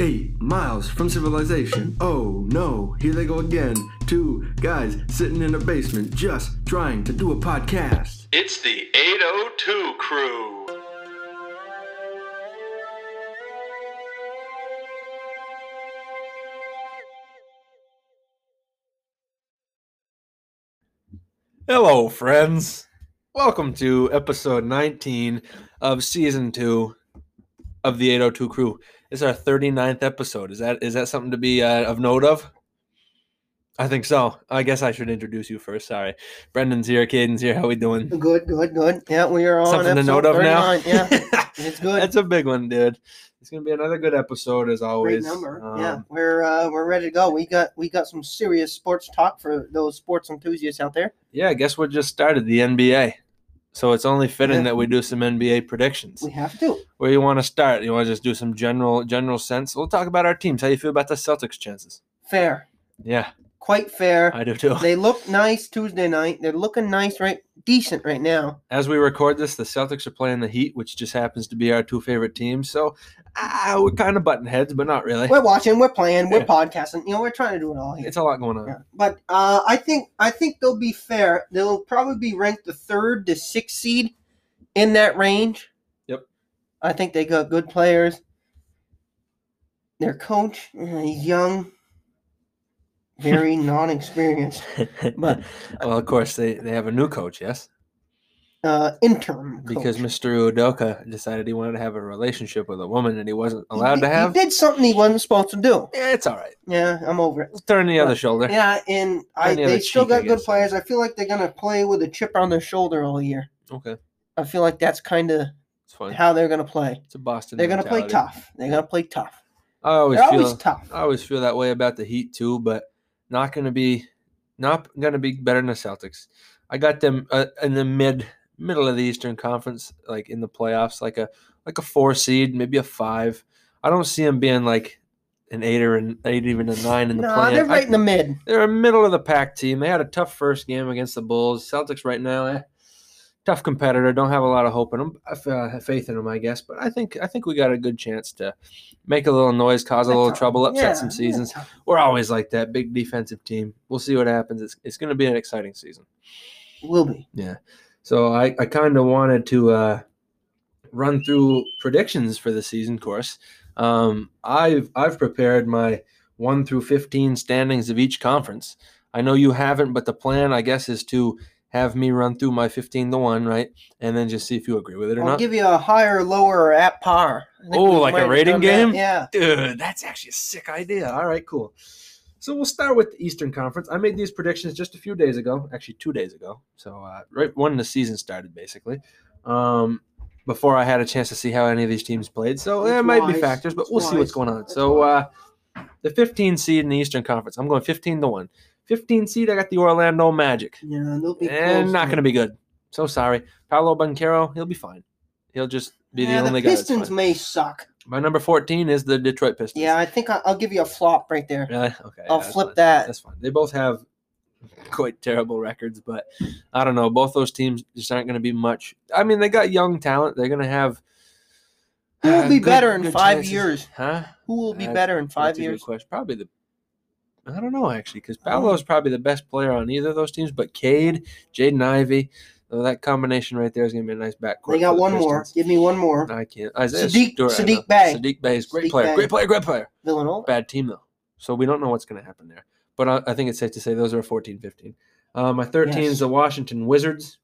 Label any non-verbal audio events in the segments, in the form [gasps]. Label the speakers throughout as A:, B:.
A: Eight miles from civilization. Oh no, here they go again. Two guys sitting in a basement just trying to do a podcast.
B: It's the 802 crew. Hello, friends. Welcome to episode 19 of season two of the 802 crew. This is our 39th episode. Is that is that something to be uh, of note of? I think so. I guess I should introduce you first. Sorry, Brendan's here. Caden's here. How we doing?
C: Good, good, good. Yeah, we are on
B: Something to
C: episode
B: note of now.
C: 39.
B: [laughs]
C: Yeah, it's good.
B: That's a big one, dude. It's gonna be another good episode as always.
C: Great number.
B: Um,
C: yeah, we're uh, we're ready to go. We got we got some serious sports talk for those sports enthusiasts out there.
B: Yeah, I guess what just started the NBA. So it's only fitting
C: Yeah.
B: that we do some NBA predictions.
C: We have to.
B: Where you want to start? You want to just do some general general sense? We'll talk about our teams. How you feel about the Celtics' chances?
C: Fair,
B: Yeah,
C: quite fair.
B: I do too.
C: They look nice Tuesday night. They're looking nice, right? Decent
B: [laughs]
C: right now.
B: As we record this, the Celtics are playing the Heat, which just happens to be our two favorite teams. So ah, we're kind of button heads, but not really.
C: We're watching. We're playing. We're
B: Yeah.
C: podcasting. You know, we're trying to do it all here.
B: It's a lot going on.
C: Yeah. But uh, I think I think they'll be fair. They'll probably be ranked the third to sixth seed in that range.
B: Yep.
C: I think they got good players. Their coach, uh, he's young,
B: [laughs]
C: very non-experienced, but
B: well, of course, they, they have a new coach, yes,
C: uh, interim. Coach.
B: because Mr. Udoka decided he wanted to have a relationship with a woman and he wasn't
C: He
B: allowed
C: did-
B: to have.
C: he did something he wasn't supposed to do.
B: Yeah, it's all right.
C: Yeah, I'm over it.
B: Turn the other
C: But-
B: shoulder.
C: Yeah, and I,
B: On the other
C: they still
B: cheek, I
C: got good
B: guess.
C: players. I feel like they're gonna play with a chip on their shoulder all year.
B: Okay,
C: I feel like that's kind of
B: it's fine.
C: how they're gonna play.
B: It's a Boston.
C: They're gonna play
B: mentality.
C: tough. They're gonna play tough.
B: I always
C: They're
B: feel
C: always tough.
B: I always feel that way about the Heat too, but not gonna be not gonna be better than the Celtics. I got them uh, in the mid middle of the Eastern Conference, like in the playoffs, like a like a four seed, maybe a five. I don't see them being like an eight or an eight, even a nine in the
C: nah,
B: play.
C: they're right in the mid.
B: They're a middle of the pack team. They had a tough first game against the Bulls. Celtics right now, eh, tough competitor. Don't have a lot of hope in them, uh, faith in them, I guess. But I think I think we got a good chance to make a little noise, cause a
C: They're
B: little
C: tough.
B: trouble, upset
C: Yeah,
B: some
C: they're
B: seasons.
C: tough.
B: We're always like that, big defensive team. We'll see what happens. It's it's going to be an exciting season.
C: Will be.
B: So I I kind of wanted to uh, run through predictions for the season. Course, um, I've I've prepared my one through fifteen standings of each conference. I know you haven't, but the plan I guess is to have me run through my fifteen to one, right, and then just see if you agree with it or
C: I'll
B: not.
C: give you a higher, lower, or at par. I think
B: Oh,
C: we
B: like a
C: might have
B: rating
C: done that.
B: game?
C: Yeah.
B: Dude, that's actually a sick idea. All right, cool. So we'll start with the Eastern Conference. I made these predictions just a few days ago, actually two days ago. So uh, right when the season started, basically, um, before I had a chance to see how any of these teams played. So there
C: That's
B: might be
C: wise.
B: factors, but
C: That's
B: we'll see what's
C: wise.
B: going on.
C: That's
B: So uh, the 15 seed in the Eastern Conference. I'm going 15 to one. 15 seed. I got the Orlando Magic,
C: Yeah, they'll be
B: and
C: close
B: Eh, not
C: to
B: going to
C: it.
B: be good. So sorry, Paolo Banquero. He'll be fine. He'll just be
C: Yeah,
B: the only guy. that's
C: Pistons
B: fine.
C: may suck.
B: My number 14 is the Detroit Pistons.
C: Yeah, I think I- I'll give you a flop right there.
B: Really? Okay.
C: I'll
B: yeah, that's
C: flip
B: fine.
C: that.
B: That's fine. They both have [laughs] quite terrible records, but I don't know. Both those teams just aren't going to be much. I mean, they got young talent. They're going to have. uh,
C: Who will be
B: good-
C: better in
B: good
C: five
B: chances.
C: years?
B: Huh?
C: Who will be
B: That's-
C: better in five
B: That's a good
C: years?
B: question. Probably the. I don't know actually, because
C: I don't
B: Paolo is probably the best player on either of those teams. But Cade, Jaden Ivey, so that combination right there is going to be a nice backcourt.
C: They
B: for
C: got
B: the
C: one more.
B: Pistons.
C: Give me one more.
B: I can't. Isaiah
C: Sadiq-
B: Stewart, I know.
C: Sadiq Bey.
B: Sadiq Bay is great
C: Sadiq
B: player.
C: Bey.
B: Great player. Great player
C: Villanova.
B: bad team though. So we don't know what's going to happen there. But I, I think it's safe to say those are 14, 15. Uh, my 13
C: Yes.
B: is the Washington Wizards,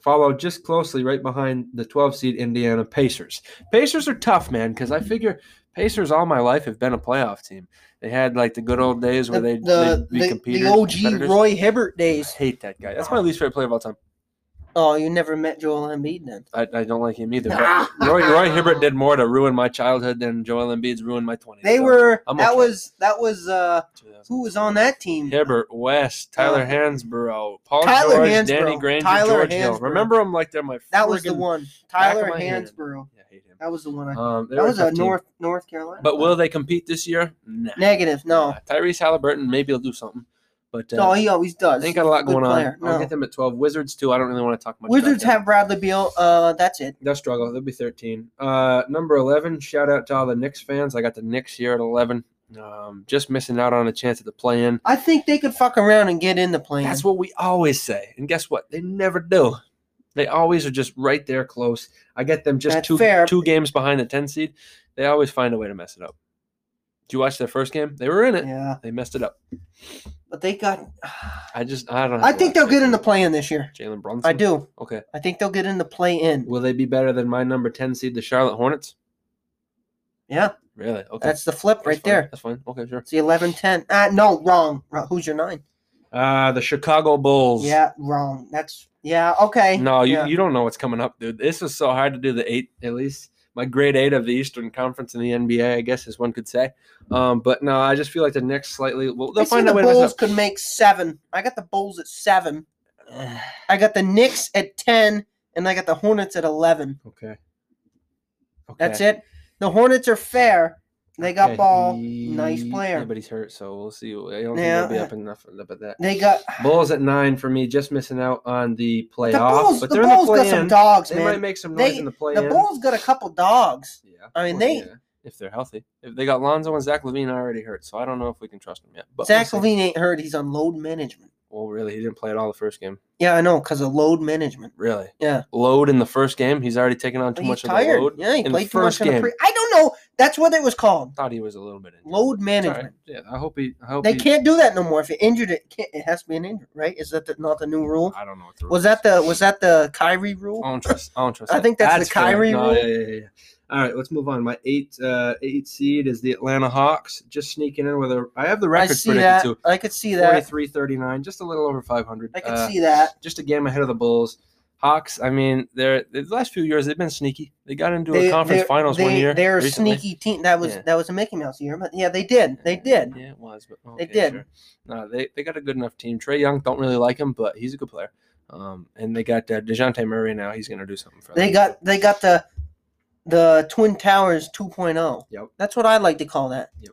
B: followed just closely right behind the 12 seed Indiana Pacers. Pacers are tough, man, because I figure Pacers all my life have been a playoff team. They had like the good old days
C: The,
B: where they
C: the,
B: they'd be
C: the, the
B: competitors,
C: OG
B: competitors.
C: Roy Hibbert
B: I
C: days.
B: hate that guy. That's my least favorite player of all time.
C: Oh, you never met Joel Embiid then.
B: I, I don't like him either.
C: [laughs]
B: But Roy, Roy Hibbert did more to ruin my childhood than Joel Embiid's ruined my 20s.
C: They
B: So,
C: were.
B: I'm
C: that
B: okay.
C: was that was uh
B: 2000.
C: who was on that team?
B: Hibbert, West, Tyler
C: Uh,
B: Hansborough, Paul
C: Tyler
B: George,
C: Hansborough,
B: Danny Granger,
C: Tyler
B: George Hill.
C: Hansborough.
B: Remember them like they're my.
C: That was the
B: friggin-
C: one.
B: back of
C: Tyler
B: my hand.
C: Hansborough.
B: Yeah, I hate him.
C: That was the one. I,
B: Um, they
C: that
B: were
C: was
B: tough
C: a
B: team.
C: North North Carolina.
B: But will they compete this year? Nah.
C: negative? No.
B: Nah. Tyrese Halliburton, maybe he'll do something. But uh,
C: No, he always does.
B: they ain't got a lot
C: Good
B: going on.
C: player,
B: I'll
C: no.
B: get them at twelve. Wizards too. I don't really want to talk much. about
C: Wizards
B: them.
C: have Bradley Beal. Uh, that's it.
B: They'll struggle. They'll be 13. Uh, number 11, shout out to all the Knicks fans. I got the Knicks here at 11. Um, just missing out on a chance at the play in.
C: I think they could fuck around and get in the plane.
B: That's what we always say. And guess what? They never do. They always are just right there close. I get them just
C: That's
B: two
C: fair.
B: two games behind the 10 seed. They always find a way to mess it up. Did you watch their first game? They were in it.
C: yeah,
B: They messed it up.
C: but they got.
B: I just, I don't know.
C: I think they'll get in the play in this year.
B: Jalen Brunson.
C: I do.
B: Okay.
C: I think they'll get in the play in.
B: Will they be better than my number 10 seed, the Charlotte Hornets?
C: Yeah,
B: Really? Okay.
C: that's the flip right
B: That's fine.
C: there.
B: That's fine. Okay, sure.
C: It's the 11 10. Ah, no, wrong. Wrong. Who's your nine?
B: Uh, the Chicago Bulls.
C: Yeah, wrong. That's. Yeah, okay.
B: No, you,
C: Yeah.
B: you don't know what's coming up, dude. This is so hard to do the eight, at least my grade eight of the Eastern Conference in the NBA, I guess, as one could say. Um, but no, I just feel like the Knicks slightly. Well,
C: I
B: they'll
C: see
B: find
C: the
B: a way to mess
C: Bulls
B: up.
C: could make seven. I got the Bulls at seven. I got the Knicks at 10, and I got the Hornets at 11.
B: okay. okay.
C: That's it. The Hornets are fair. They got
B: Okay.
C: ball. Nice player.
B: Yeah, but he's hurt, so we'll see. I don't
C: Yeah.
B: think they'll be up enough up at that.
C: They
B: [sighs]
C: got
B: Bulls at nine for me, just missing out on the playoffs.
C: the Bulls.
B: but
C: The
B: they're in the
C: Bulls got
B: play-in.
C: some dogs,
B: They might
C: man.
B: make some noise
C: They-
B: in the play.
C: The Bulls got a couple dogs.
B: Yeah.
C: I mean,
B: well,
C: they-
B: yeah, if they're healthy, if they got Lonzo and Zach Levine already hurt, so I don't know if we can trust them yet. But we'll
C: Zach
B: see.
C: Levine ain't hurt. He's on load management.
B: Well, really, he didn't play at all the first game.
C: Yeah, I know, because of load management.
B: Really?
C: Yeah.
B: Load in the first game. He's already taken on too
C: But he's
B: much of
C: tired.
B: the load.
C: Yeah, he
B: in the
C: played too much
B: first
C: in the
B: game.
C: pre. I don't know. That's what it was called.
B: Thought he was a little bit in
C: Load management.
B: Yeah, I hope he. I hope
C: They
B: he-
C: can't do that no more. If it injured, it can't, it has to be an injury, right? Is that the, not the new rule?
B: I don't know what the
C: Was
B: rule
C: that the was that the Kyrie rule?
B: is. I don't trust. I don't trust.
C: I
B: that.
C: think that's the
B: fair.
C: Kyrie
B: No,
C: rule.
B: Yeah, yeah, yeah, yeah. All right, let's move on. My eight, uh, eight seed is the Atlanta Hawks. Just sneaking in with a. I have the
C: I
B: record
C: see
B: predicted
C: that.
B: to
C: I could see that.
B: 43 39, just a little over 500.
C: I could
B: Uh,
C: see that.
B: just a game ahead of the Bulls. Hawks, I mean, they're the last few years they've been sneaky. They got into a conference
C: they're-
B: finals
C: they,
B: one year.
C: They're a
B: recently.
C: sneaky team. That was
B: Yeah.
C: that was a Mickey Mouse year, but yeah, they did. They did.
B: Yeah, it was, but
C: They
B: okay,
C: did.
B: sure. No, they, they got a good enough team. Trey Young don't really like him, but he's a good player. Um, and they got uh, Dejounte Murray now. He's gonna do something for them.
C: They got they got the the Twin Towers 2.0.
B: Yep.
C: That's what I like to call that.
B: Yep.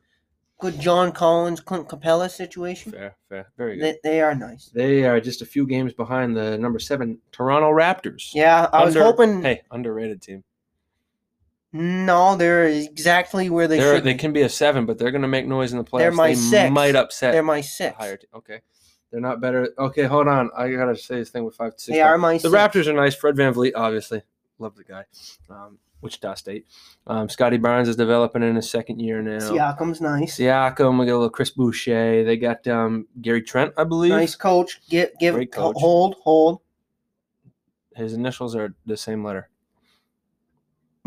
C: Good John Collins, Clint Capella situation.
B: fair, fair, very good.
C: They, they are nice.
B: They, are just a few games behind the number seven Toronto Raptors.
C: Yeah, I was
B: Under-
C: hoping.
B: Hey, underrated team.
C: No, they're exactly where they
B: They are
C: should.
B: they
C: be.
B: can be a seven, but they're gonna make noise in the playoffs.
C: They're my
B: they
C: six.
B: might upset
C: They're my
B: the
C: six.
B: higher team. Okay, they're not better. Okay, hold on. I gotta say this thing with five to six.
C: They are my
B: The
C: six.
B: Raptors are nice. Fred Van Vliet, obviously. Love the guy. Um, Wichita State. Um, Scotty Barnes is developing in his second year now.
C: Siakam's nice.
B: Siakam, we got a little Chris Boucher. They got um, Gary Trent, I believe.
C: Nice coach. Get give
B: Great coach.
C: hold hold.
B: His initials are the same letter.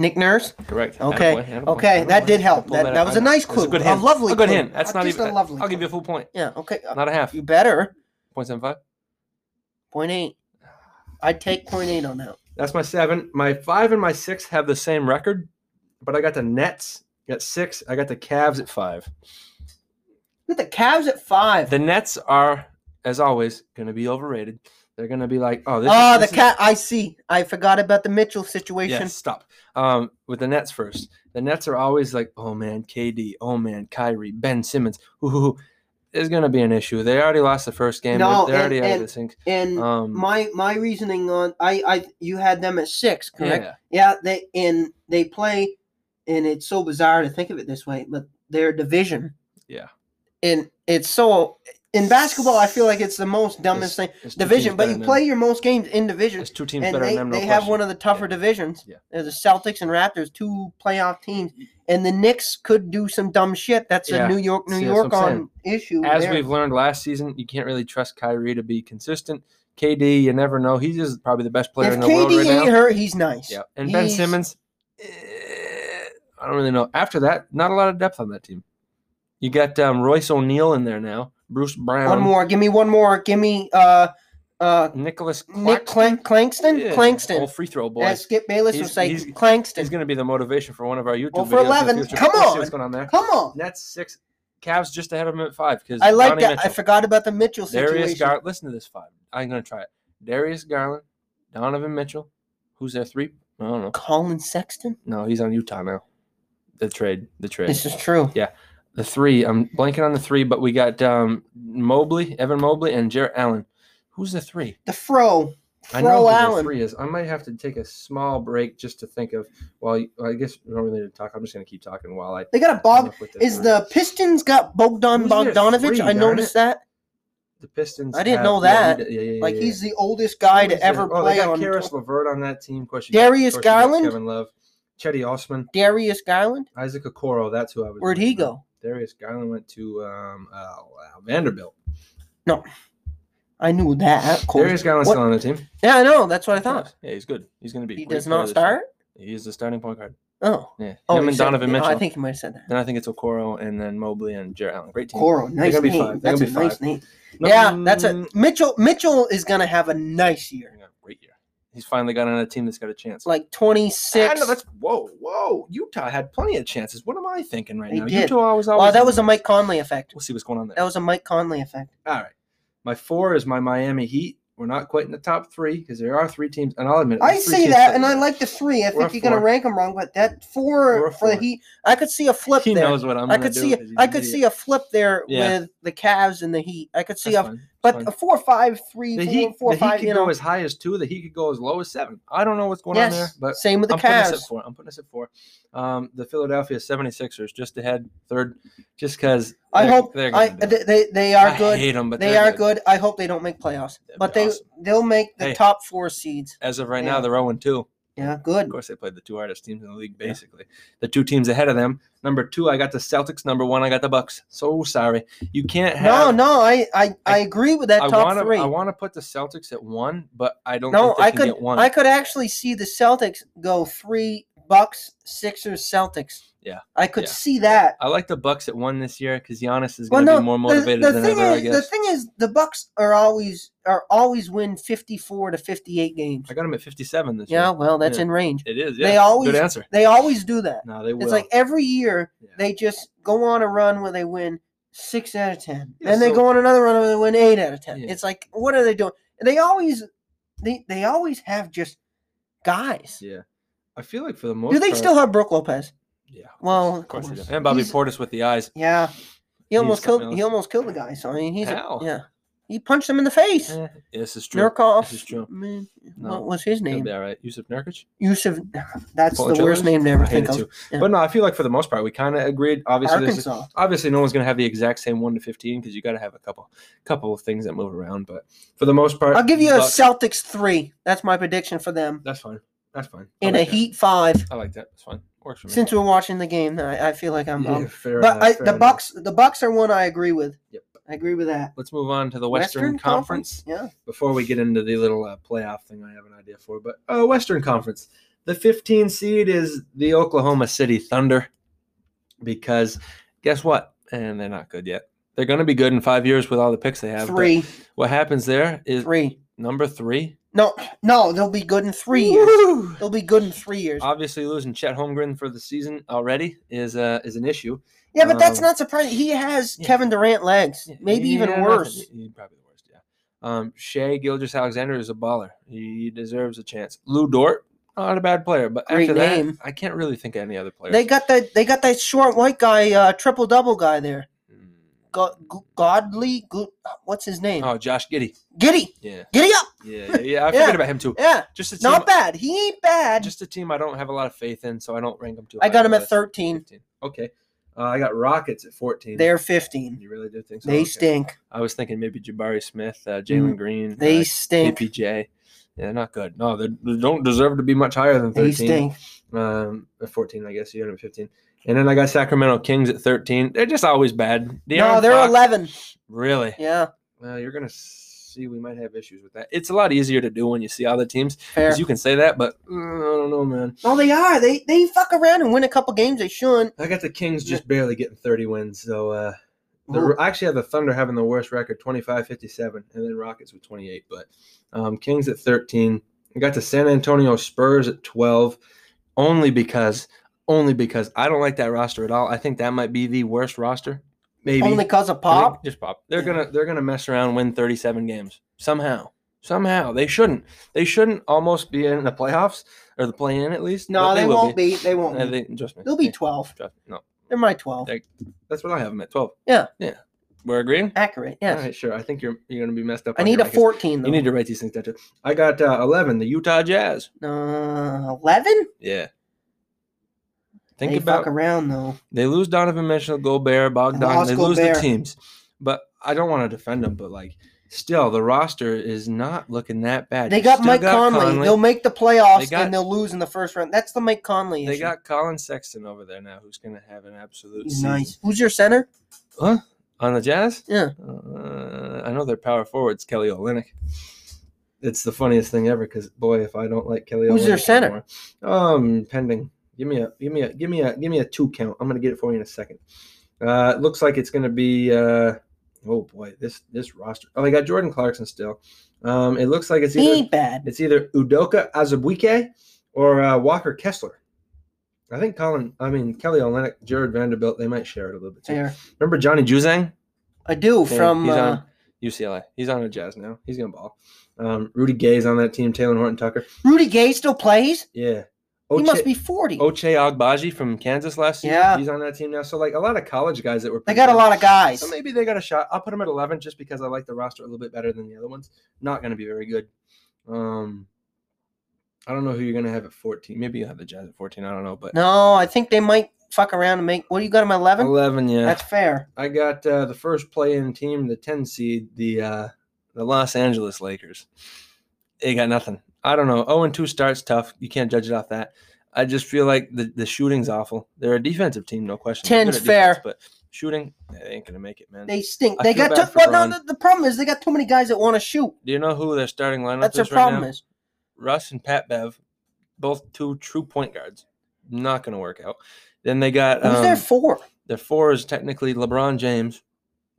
C: Nick Nurse.
B: Correct.
C: Okay.
B: Attaboy, attaboy,
C: Okay, that
B: attaboy.
C: did help.
B: Pull
C: That, that
B: up.
C: was
B: I
C: a
B: know.
C: nice
B: That was
C: clue.
B: a good
C: a
B: hint.
C: lovely
B: a good
C: clue.
B: hint. That's
C: Uh,
B: not
C: just
B: even.
C: a lovely.
B: I'll give you
C: clue.
B: a full point.
C: Yeah. Okay. uh,
B: Not a half.
C: You better.
B: Point seven five.
C: Point eight. I'd take point eight on that.
B: That's my seven. My five and my six have the same record, but I got the Nets at six. I got the Cavs at five.
C: Look at the Cavs at five.
B: The Nets are, as always, going to be overrated. They're going to be like, oh, this. is,
C: oh, the
B: this is-
C: cat. I see. I forgot about the Mitchell situation.
B: Yeah, stop. Um, with the Nets first. The Nets are always like, oh man, KD, oh man, Kyrie, Ben Simmons. Ooh, ooh, ooh. There's going to be an issue. They already lost the first game.
C: No,
B: they're, they're
C: and-
B: already out
C: and-
B: of the sink.
C: And
B: Um,
C: my my reasoning on I I you had them at six, correct?
B: yeah,
C: Yeah. They and they play, and it's so bizarre to think of it this way, but their division
B: yeah.
C: and it's so in basketball. I feel like it's the most dumbest thing.
B: There's two
C: Division,
B: teams
C: but
B: better
C: you
B: than
C: play
B: them.
C: your most games in division.
B: There's two teams
C: and
B: better
C: they,
B: than them. No
C: they have
B: question.
C: one of the tougher
B: Yeah.
C: divisions.
B: Yeah.
C: There's the Celtics and Raptors, two playoff teams, and the Knicks could do some dumb shit. That's
B: Yeah.
C: a New York, New
B: See, that's
C: York
B: what I'm
C: on issue.
B: As
C: there.
B: we've learned last season, you can't really trust Kyrie to be consistent. KD, you never know. He's just probably the best player
C: if
B: in the world
C: KD
B: right now.
C: ain't hurt, he's nice.
B: Yeah, and Ben
C: He's-
B: Simmons. eh, I don't really know. After that, not a lot of depth on that team. You got um, Royce O'Neal in there now. Bruce Brown.
C: One more, give me one more, give me uh uh
B: Nicholas
C: Nick Clank Clangston,
B: Yeah,
C: Clankston.
B: old free throw boy.
C: As Skip Bayless
B: He's-
C: would say,
B: he's- He's
C: Clankston.
B: going to be the motivation for one of our YouTube
C: Oh,
B: videos.
C: for
B: in the
C: 11.
B: future.
C: Come
B: We'll see
C: on.
B: what's going on there.
C: Come on,
B: Nets six. Cavs just ahead of him at five because
C: I like
B: Donovan
C: that. I
B: Mitchell.
C: forgot about the Mitchell
B: Darius
C: situation.
B: Garland. Listen to this five. I'm going to try it. Darius Garland, Donovan Mitchell. Who's their three? I don't know.
C: Colin Sexton.
B: No, he's on Utah now. The trade. The trade.
C: This is true.
B: the three. I'm blanking on the three, but we got um, Mobley, Evan Mobley, and Jarrett Allen. Who's the three?
C: The Fro.
B: I know
C: Fro
B: who the
C: Allen.
B: three is. I might have to take a small break just to think of. Well, I guess we don't really need to talk. I'm just going to keep talking while I.
C: They got a
B: come
C: Bog.
B: up with
C: Is
B: three.
C: the Pistons got Bogdan
B: Who's their
C: Bogdanovich?
B: three,
C: I
B: darn
C: noticed that.
B: the Pistons?
C: I didn't
B: have-
C: know
B: yeah,
C: that.
B: you did- Yeah, yeah, yeah,
C: Like
B: yeah.
C: he's the oldest guy
B: Who is
C: to
B: there?
C: ever
B: Oh,
C: play
B: they got
C: on
B: Karis LeVert on that team. Of course, you got-
C: Darius
B: of course you got
C: Garland?
B: Kevin Love, Chetty Osman,
C: Darius Garland.
B: Isaac Okoro. That's who I was.
C: Where'd he
B: thinking of.
C: go?
B: Darius Garland went to um, uh, Vanderbilt.
C: I knew that. Of course.
B: Darius Garland's
C: What-
B: still on the team.
C: Yeah, I know. That's what I thought.
B: Yeah, he's good. He's going to be.
C: He
B: a great
C: does
B: player
C: not
B: this year.
C: start.
B: He is the starting point guard.
C: Oh,
B: Yeah, him
C: oh, you
B: and
C: said-
B: Donovan
C: oh,
B: Mitchell.
C: I think you might have said that.
B: Then I think it's Okoro and then Mobley and Jarrett Allen. Great team.
C: Coro, nice
B: gonna be
C: name.
B: five. They're
C: That's a
B: gonna be
C: nice
B: five.
C: name. Yeah, that's a
B: Um,
C: Mitchell. Mitchell is gonna have a nice year.
B: Yeah, great year. He's finally got on a team that's got a chance.
C: It's like twenty
B: I
C: six.
B: know that's whoa, whoa. Utah had plenty of chances. What am I thinking right
C: They
B: now?
C: did.
B: Utah was always.
C: Wow, that was a Mike Conley effect.
B: We'll see what's going on there.
C: That was a Mike Conley effect.
B: All right, my four is my Miami Heat. We're not quite in the top three because there are three teams, and I'll admit it,
C: I
B: there's three
C: see
B: teams
C: that, and I like the three. I
B: We're a
C: think you're gonna
B: four.
C: rank them wrong, but that
B: We're
C: four
B: a
C: for the
B: four.
C: Heat, I could see a flip
B: He
C: there.
B: knows what I'm
C: I
B: gonna
C: could
B: do
C: see, a,
B: 'cause he's
C: I
B: an
C: could
B: idiot.
C: see a flip there
B: Yeah.
C: with the Cavs and the Heat. I could see
B: That's
C: a,
B: fine. That's
C: but
B: fine.
C: a four, five, three,
B: the
C: four,
B: Heat,
C: four,
B: the Heat
C: five,
B: could
C: you
B: go
C: know.
B: as high as two. The Heat could go as low as seven. I don't know what's going on there,
C: Yes,
B: but
C: same with the
B: I'm putting
C: Cavs.
B: this at four. I'm putting this at four. Um, the Philadelphia 76ers just ahead, third, just because
C: I hope
B: they're
C: I,
B: gonna do
C: they,
B: it.
C: they they are
B: I
C: good.
B: hate 'em, but
C: They
B: they're
C: are good. I hope they don't make playoffs,
B: That'd
C: but
B: be
C: they
B: awesome.
C: they'll make the
B: Hey.
C: top four seeds.
B: As of right
C: Yeah.
B: now, they're 0 2.
C: Yeah,
B: Of
C: good.
B: course, they played the two hardest teams in the league, basically. The two teams ahead of them. Number two, I got the Celtics. Number one, I got the Bucks. So sorry. You can't
C: No,
B: have.
C: no, I I, I agree with that
B: I
C: top
B: want to.
C: three.
B: I want to put the Celtics at one, but I don't.
C: no,
B: think they
C: I
B: can
C: could
B: get one.
C: I could actually see the Celtics go three Bucks, Sixers, Celtics.
B: Yeah,
C: I could
B: yeah.
C: see that.
B: I like the Bucks at one this year because Giannis is
C: Well,
B: going to
C: no,
B: be more
C: the-
B: motivated
C: the,
B: than
C: thing
B: ever.
C: is,
B: I
C: the
B: guess.
C: thing is, the Bucks are always are always win fifty four to fifty eight games.
B: I got him at 57 this
C: Yeah,
B: year.
C: well, that's
B: Yeah.
C: in range.
B: It is. Yeah.
C: They always
B: good answer.
C: they always do that.
B: No, they will.
C: It's like every year
B: Yeah.
C: they just go on a run where they win six out of ten.
B: Yeah,
C: then they
B: so-
C: go on another run where they win eight out of ten.
B: Yeah.
C: It's like what are they doing? And they always they they always have just guys.
B: yeah. I feel like for the most.
C: Do they
B: part-
C: still have Brooke Lopez?
B: Yeah. of course-
C: Well, of
B: of course, they
C: course.
B: do. And Bobby
C: He's-
B: Portis with the eyes.
C: Yeah. He
B: He's
C: almost
B: something
C: killed
B: else.
C: he almost killed the guy, so I mean he's
B: How?
C: a, yeah. He punched him in the face.
B: Eh, this is true.
C: Nurkoff.
B: This is true.
C: Man,
B: No,
C: What was his
B: He'll
C: name?
B: be all right. Yusuf Nurkic.
C: Yusuf. [laughs] That's
B: Polichuk?
C: the worst name to
B: I
C: ever
B: hate
C: think
B: it
C: of.
B: too.
C: Yeah.
B: But no, I feel like for the most part we kind of agreed. Obviously, there's
C: Arkansas.
B: obviously no one's going to have the exact same one to 15 because you got to have a couple couple of things that move around. But for the most part,
C: I'll give you a
B: Bucks-
C: Celtics three. That's my prediction for them.
B: That's fine. That's fine. I
C: And a
B: like that.
C: Heat five.
B: I like that. That's fine. Works for me.
C: Since we're watching the game, I, I feel like I'm.
B: Yeah,
C: wrong.
B: fair
C: but
B: enough,
C: I,
B: fair
C: the
B: enough.
C: Bucks, the Bucks are one I agree with.
B: Yep.
C: I agree with that.
B: Let's move on to the Western, Conference. before we get into the little uh, playoff thing I have an idea for, but uh, Western Conference. The 15 seed is the Oklahoma City Thunder because guess what? And they're not good yet. They're going to be good in five years with all the picks they
C: Yeah,
B: have. but
C: three,
B: What happens there is
C: three.
B: number three.
C: No, no, they'll be good in three years.
B: Woo! Uh,
C: They'll be good in three years.
B: Obviously, losing Chet Holmgren for the season already is uh, is an issue.
C: Yeah, but that's
B: um,
C: not surprising. He has
B: yeah.
C: Kevin Durant legs, maybe
B: Yeah,
C: even worse.
B: nothing. He- Probably the worst. Yeah. Um, Shea Gilgis Alexander is a baller. He deserves a chance. Lou Dort, not a bad player, but
C: Great
B: after
C: name.
B: that, I can't really think of any other players.
C: They got that. They got that short white guy, uh, triple double guy there.
B: Mm.
C: Go- Go- Godly, Go- what's his name?
B: Oh, Josh Giddy.
C: Giddy,
B: Yeah,
C: giddy up!
B: yeah, yeah. yeah. I forget
C: [laughs] Yeah.
B: about him too.
C: Yeah,
B: Just a team.
C: not bad. He ain't bad.
B: Just a team I don't have a lot of faith in, so I don't rank them too.
C: I
B: high
C: got
B: on
C: him
B: the
C: at
B: list.
C: thirteen.
B: 15. Okay, uh, I got Rockets at fourteen.
C: They're fifteen.
B: You really do think so?
C: They
B: Okay.
C: stink. Mm,
B: I was thinking maybe Jabari Smith, uh, Jalen Green.
C: They
B: uh,
C: stink.
B: KPJ. Yeah, they're not good. No, they they don't deserve to be much higher than 13.
C: They stink.
B: Um, or 14, I guess. You had them at 15. And then I got Sacramento Kings at 13. They're just always bad.
C: no,
B: De'Aaron
C: they're
B: Fox-
C: eleven.
B: Really?
C: Yeah,
B: Well, you're going to see we might have issues with that. It's a lot easier to do when you see other teams
C: fair.
B: because you can say that, but mm, I don't know, man.
C: no, they are. They they fuck around and win a couple games they shouldn't.
B: I got the Kings just barely getting 30 wins. So uh, the,
C: Ooh.
B: I actually have the Thunder having the worst record 25 57, and then Rockets with 28. But um, Kings at 13. I got the San Antonio Spurs at 12, only because only because I don't like that roster at all. I think that might be the worst roster. Maybe
C: Only cause of
B: I think-
C: pop.
B: just pop. They're
C: Yeah.
B: gonna they're gonna mess around, win 37 games somehow. Somehow they shouldn't. They shouldn't almost be in the playoffs or the play in at least.
C: No,
B: but
C: they,
B: will
C: won't be. They won't.
B: Uh,
C: be.
B: they- trust me.
C: They'll be
B: Yeah,
C: twelve.
B: trust me. No,
C: They're my 12.
B: They're- That's what I have them at twelve.
C: Yeah.
B: Yeah. We're agreeing.
C: Accurate, yes.
B: All right, sure. I think you're you're gonna be messed up.
C: I
B: on
C: need
B: your
C: a
B: rankings.
C: 14, though.
B: You need to write these things down. Too. I got uh, eleven. The Utah Jazz.
C: Uh, 11?
B: Yeah. Think
C: they
B: about
C: fuck around, though.
B: They lose Donovan Mitchell, Gobert, Bogdan.
C: lost
B: They lose the
C: Gobert.
B: teams, but I don't want to defend them. But like, still, the roster is not looking that bad.
C: They
B: You
C: got
B: still
C: Mike Conley. They'll make the playoffs
B: They got-
C: and they'll lose in the first round. That's the Mike Conley
B: They
C: issue.
B: got Colin Sexton over there now, who's going to have an absolute
C: He's
B: season.
C: nice. Who's your center?
B: Huh? On the Jazz?
C: Yeah.
B: Uh, I know their power forward's Kelly Olynyk. It's the funniest thing ever because boy, if I don't like Kelly,
C: Who's their
B: Olynyk
C: center?
B: anymore- um, pending. Give me a, give me a, give me a, give me a two count. I'm gonna get it for you in a second. Uh, it looks like it's gonna be. Uh, oh boy, this this roster. Oh, they got Jordan Clarkson still. Um, it looks like it's
C: He
B: either
C: ain't bad.
B: it's either Udoka Azubuike or uh, Walker Kessler. I think Colin, I mean Kelly Olynyk, Jared Vanderbilt, they might share it a little bit. Too.
C: Fair.
B: Remember Johnny Juzang?
C: I do
B: Yeah,
C: from
B: he's
C: uh,
B: on- UCLA. He's on a Jazz now. He's gonna ball. Um, Rudy Gay's on that team. Taylor Horton Tucker.
C: Rudy Gay still plays.
B: Yeah.
C: he
B: Oche,
C: must be forty.
B: Oche Agbaji from Kansas last season.
C: Yeah.
B: He's on that team now. So like a lot of college guys that were.
C: they got a
B: pretty
C: lot of
B: good.
C: guys.
B: So maybe they got a shot. I'll put him at eleven just because I like the roster a little bit better than the other ones. Not gonna be very good. Um, I don't know who you're gonna have at fourteen. Maybe you will have the Jazz at fourteen. I don't know, but
C: No, I think they might fuck around and make. What you got him eleven?
B: eleven. Yeah.
C: That's fair.
B: I got uh, the first play-in team, the ten seed, the uh, the Los Angeles Lakers. They got nothing. I don't know. Zero and two starts tough. You can't judge it off that. I just feel like the, the shooting's awful. They're a defensive team, no question. They're good
C: Ten's
B: at defense,
C: fair.
B: but shooting, they ain't gonna make it, man.
C: They stink.
B: I
C: They
B: feel
C: got
B: bad
C: too,
B: for
C: well. No,
B: Bron.
C: the, the problem is they got too many guys that want to shoot.
B: Do you know who their starting lineup
C: That's their
B: is right
C: problem
B: now?
C: is.
B: Russ and Pat Bev, both two true point guards. Not gonna work out. Then they got
C: Who's
B: um,
C: there for?
B: their four is technically LeBron James.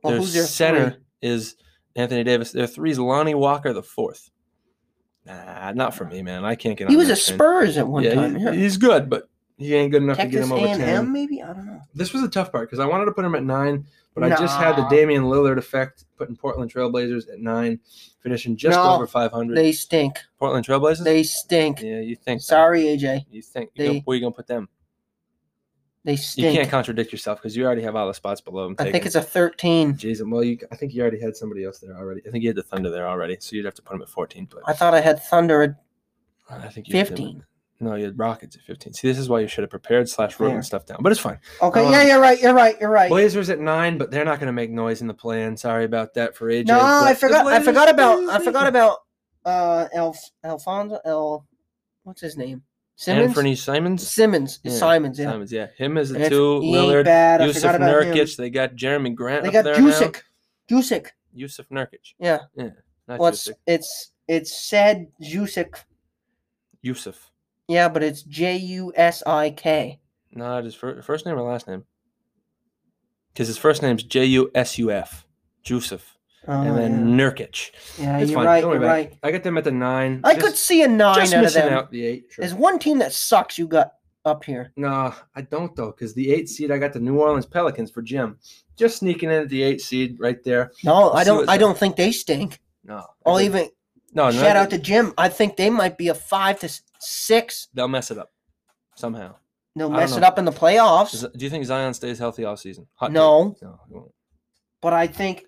C: Well,
B: their
C: who's their
B: center
C: center?
B: is Anthony Davis. Their three is Lonnie Walker, the fourth. Nah, not for me, man. I can't get on
C: He was
B: that
C: a
B: train.
C: Spurs at one
B: yeah,
C: time.
B: he-
C: yeah.
B: He's good, but he ain't good enough to get
C: Texas
B: him
C: A
B: over
C: and
B: 10.
C: M, maybe I don't know.
B: This was a tough part because I wanted to put him at nine, but I just had the
C: Nah.
B: Damian Lillard effect putting Portland Trailblazers at nine, finishing just
C: No,
B: over 500.
C: They stink.
B: Portland Trailblazers?
C: They stink.
B: yeah, you think. so.
C: Sorry, AJ.
B: You think. You know,
C: they
B: where you going to put them?
C: They
B: You can't
C: stink.
B: contradict yourself because you already have all the spots below them.
C: I
B: taken.
C: think it's a thirteen.
B: Jason, well, you, I think you already had somebody else there already. I think you had the Thunder there already, so you'd have to put him at 14. But
C: I thought I had Thunder at
B: I think you had them-
C: fifteen.
B: No, you had Rockets at 15. See, this is why you should have prepared slash written
C: Fair.
B: stuff down, but it's fine.
C: Okay,
B: Um,
C: yeah, you're right. You're right. You're right.
B: Blazers at nine, but they're not going to make noise in the plan. Sorry about that for AJ.
C: No,
B: but
C: I
B: the
C: forgot. I
B: Blazers-
C: forgot about. I
B: Blazers-
C: forgot about. Uh, Alf, Alfonso, El, what's his name? Simmons.
B: Anthony Simons.
C: Simmons.
B: Yeah,
C: Simons. Yeah.
B: Simons, yeah, him is
C: And
B: the
C: it's-
B: two.
C: he ain't
B: Lillard,
C: bad. I
B: Yusuf
C: forgot about him.
B: Nurkic. They got Jeremy Grant.
C: They
B: up
C: got
B: there
C: Jusic.
B: Now.
C: Jusic.
B: Yusuf Nurkic.
C: Yeah.
B: Not
C: Well, it's
B: Jusic.
C: it's it's said Jusic.
B: Yusuf.
C: Yeah, but it's J U S I K.
B: Not his fir- first name or last name. Because his first name's J U S U F, Jusuf,
C: Oh,
B: and then Nurkic.
C: yeah, yeah
B: It's
C: you're
B: fine.
C: right.
B: Don't worry
C: You're
B: about it.
C: right.
B: I got them at the nine.
C: I could see a nine
B: just
C: out of
B: missing
C: them.
B: out the eight. Sure.
C: There's one team that sucks. You got up here.
B: No, I don't though, because the eight seed I got the New Orleans Pelicans for Jim. Just sneaking in at the eight seed right there.
C: No, I
B: see
C: don't.
B: what's
C: I
B: up.
C: don't think they stink.
B: No,
C: I'll
B: I did-
C: even
B: Oh, no no,
C: shout
B: I
C: out
B: did-
C: to Jim. I think they might be a five to s- six.
B: they'll mess it up somehow.
C: They'll
B: I don't
C: mess it
B: know.
C: up in the playoffs.
B: Z- Do you think Zion stays healthy all season? Hot
C: No.
B: take. no, he won't.
C: But I think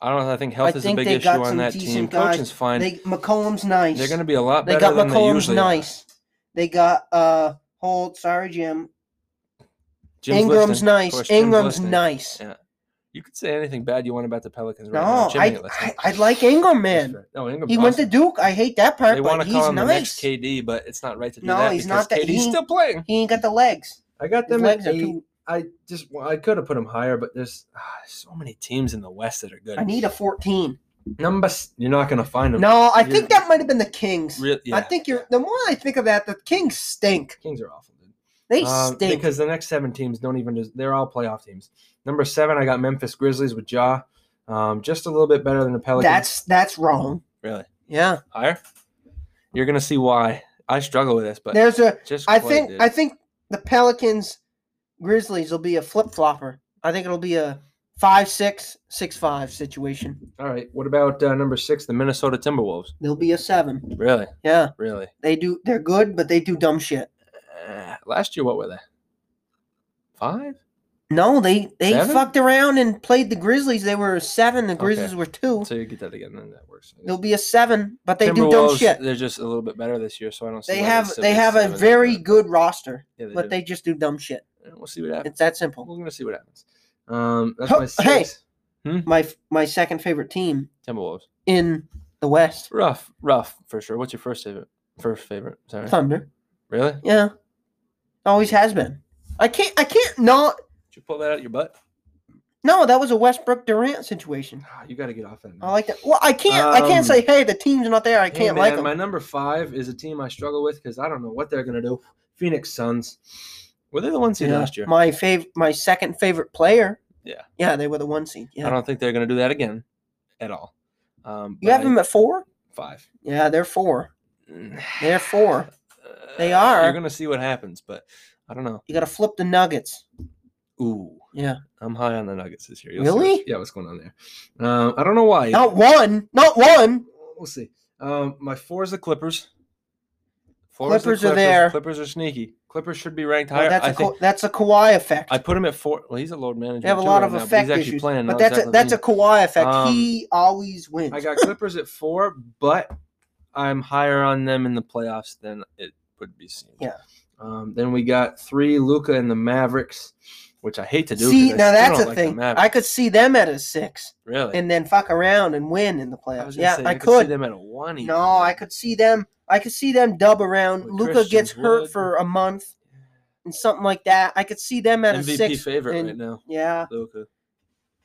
B: I don't. know. I think health
C: I
B: is
C: think
B: a big
C: they
B: issue
C: got
B: on
C: some
B: that team.
C: decent guys.
B: Coaching's fine.
C: they McCollum's nice.
B: They're going to be a lot
C: they
B: better
C: got
B: than they
C: McCollum's
B: usually are.
C: nice. They got uh Holt. Sorry, Jim.
B: Jim's
C: Ingram's
B: listening. Of
C: nice.
B: course, Jim's
C: Ingram's
B: listening.
C: nice.
B: Yeah. You could say anything bad you want about the Pelicans right now.
C: no,
B: Jim
C: I,
B: ain't listening.
C: I I like Ingram, man.
B: That's fair. No, Ingram's
C: He went to
B: awesome.
C: Duke. I hate that part,
B: They want
C: but
B: to
C: he's
B: call him the next
C: nice. He
B: KD, but it's not right to do
C: No,
B: that
C: he's
B: because
C: not that-
B: KD's
C: he-
B: still playing.
C: ain't got the legs.
B: I got
C: His
B: them at
C: legs are
B: eight.
C: too.
B: I just well, I could have put them higher, but there's ah, so many teams in the West that are good.
C: I need a fourteen.
B: Number s- you're not gonna find them.
C: No, I
B: You're-
C: think that might have been the Kings.
B: Real- yeah.
C: I think you're. The more I think of that, the Kings stink.
B: Kings are awful, dude.
C: They
B: Um,
C: stink.
B: because the next seven teams don't even. des- They're all playoff teams. Number seven, I got Memphis Grizzlies with Jaw, um, just a little bit better than the Pelicans.
C: that's that's wrong.
B: really
C: Yeah,
B: higher. You're gonna see why I struggle with this, but
C: there's a.
B: just
C: I
B: play,
C: think
B: dude.
C: I think the Pelicans, Grizzlies will be a flip flopper. I think it'll be a five six six five situation.
B: all right. What about uh, number six, the Minnesota Timberwolves?
C: They'll be a seven.
B: Really,
C: Yeah,
B: really.
C: they do. They're good, but they do dumb shit.
B: Uh, last year, what were they? Five?
C: No, they they
B: Seven?
C: fucked around and played the Grizzlies. They were a seven. The Grizzlies
B: Okay.
C: were two.
B: So you get that again, then that works. I guess.
C: They'll be a seven, but they do dumb
B: Timberwolves,
C: shit.
B: They're just a little bit better this year, so I don't. See
C: They
B: why
C: have
B: sit
C: they
B: at
C: have a
B: seven.
C: very good roster,
B: Yeah, they
C: but
B: do.
C: they just do dumb shit.
B: Yeah, We'll see what happens.
C: It's that simple.
B: We're gonna see what happens. Um, that's
C: Ho-
B: my six.
C: hey! My f- my second favorite team
B: Timberwolves.
C: in the West,
B: Rough, rough for sure. What's your first favorite? First favorite. Sorry.
C: Thunder.
B: Really?
C: Yeah, always has been. I can't I can't not.
B: Did you pull that out your butt?
C: No, that was a Westbrook Durant situation.
B: Ah, You got to get off that.
C: Oh, I like that. Well, I can't. I
B: Um,
C: can't say, hey, the team's not there. I
B: Hey,
C: can't
B: man,
C: like them.
B: My number five is a team I struggle with because I don't know what they're gonna do. Phoenix Suns. Were they the one seed
C: Yeah,
B: last year?
C: My fav- my second favorite player.
B: Yeah.
C: Yeah, they were the one seed.
B: I
C: Yeah.
B: don't think they're gonna do that again, at all. Um,
C: You have
B: but I-
C: them at four?
B: five.
C: Yeah, they're four.
B: [sighs]
C: They're four. They are.
B: You're gonna see what happens, but I don't know.
C: You gotta flip the Nuggets.
B: Ooh,
C: Yeah.
B: I'm high on the Nuggets this year. You'll see what-
C: Really?
B: yeah, what's going on there? Um, I don't know why.
C: Not one. Not one.
B: We'll see. Um, my four is the Clippers. Four
C: Clippers are there.
B: Clippers are sneaky. Clippers should be ranked
C: Oh,
B: higher.
C: that's
B: I
C: a
B: think
C: Ka- that's a Kawhi effect.
B: I put him at four. Well, he's a load manager.
C: they have a
B: too
C: lot
B: right
C: of
B: now, but
C: effect
B: he's actually
C: issues.
B: playing.
C: but
B: not
C: that's
B: exactly
C: a, that's a
B: winning.
C: Kawhi effect.
B: Um,
C: he always wins.
B: I got Clippers at four, but I'm higher on them in the playoffs than it would be seen.
C: Yeah.
B: Um, then we got three Luca and the Mavericks, which I hate to do.
C: see
B: 'cause I
C: now
B: still
C: that's
B: don't
C: a
B: like the
C: thing. I
B: Mavericks,
C: could see them at a six
B: really.
C: and then fuck around and win in the
B: I
C: playoffs.
B: was gonna
C: yeah,
B: say,
C: I
B: could, see
C: could.
B: them at a one. even.
C: No, I could see them. I could see them dub around.
B: With
C: Luca gets
B: Christian
C: hurt
B: Wood.
C: for a month and something like that. I could see them at
B: MVP
C: a six.
B: favorite
C: and-
B: right now,
C: Yeah.
B: Luca.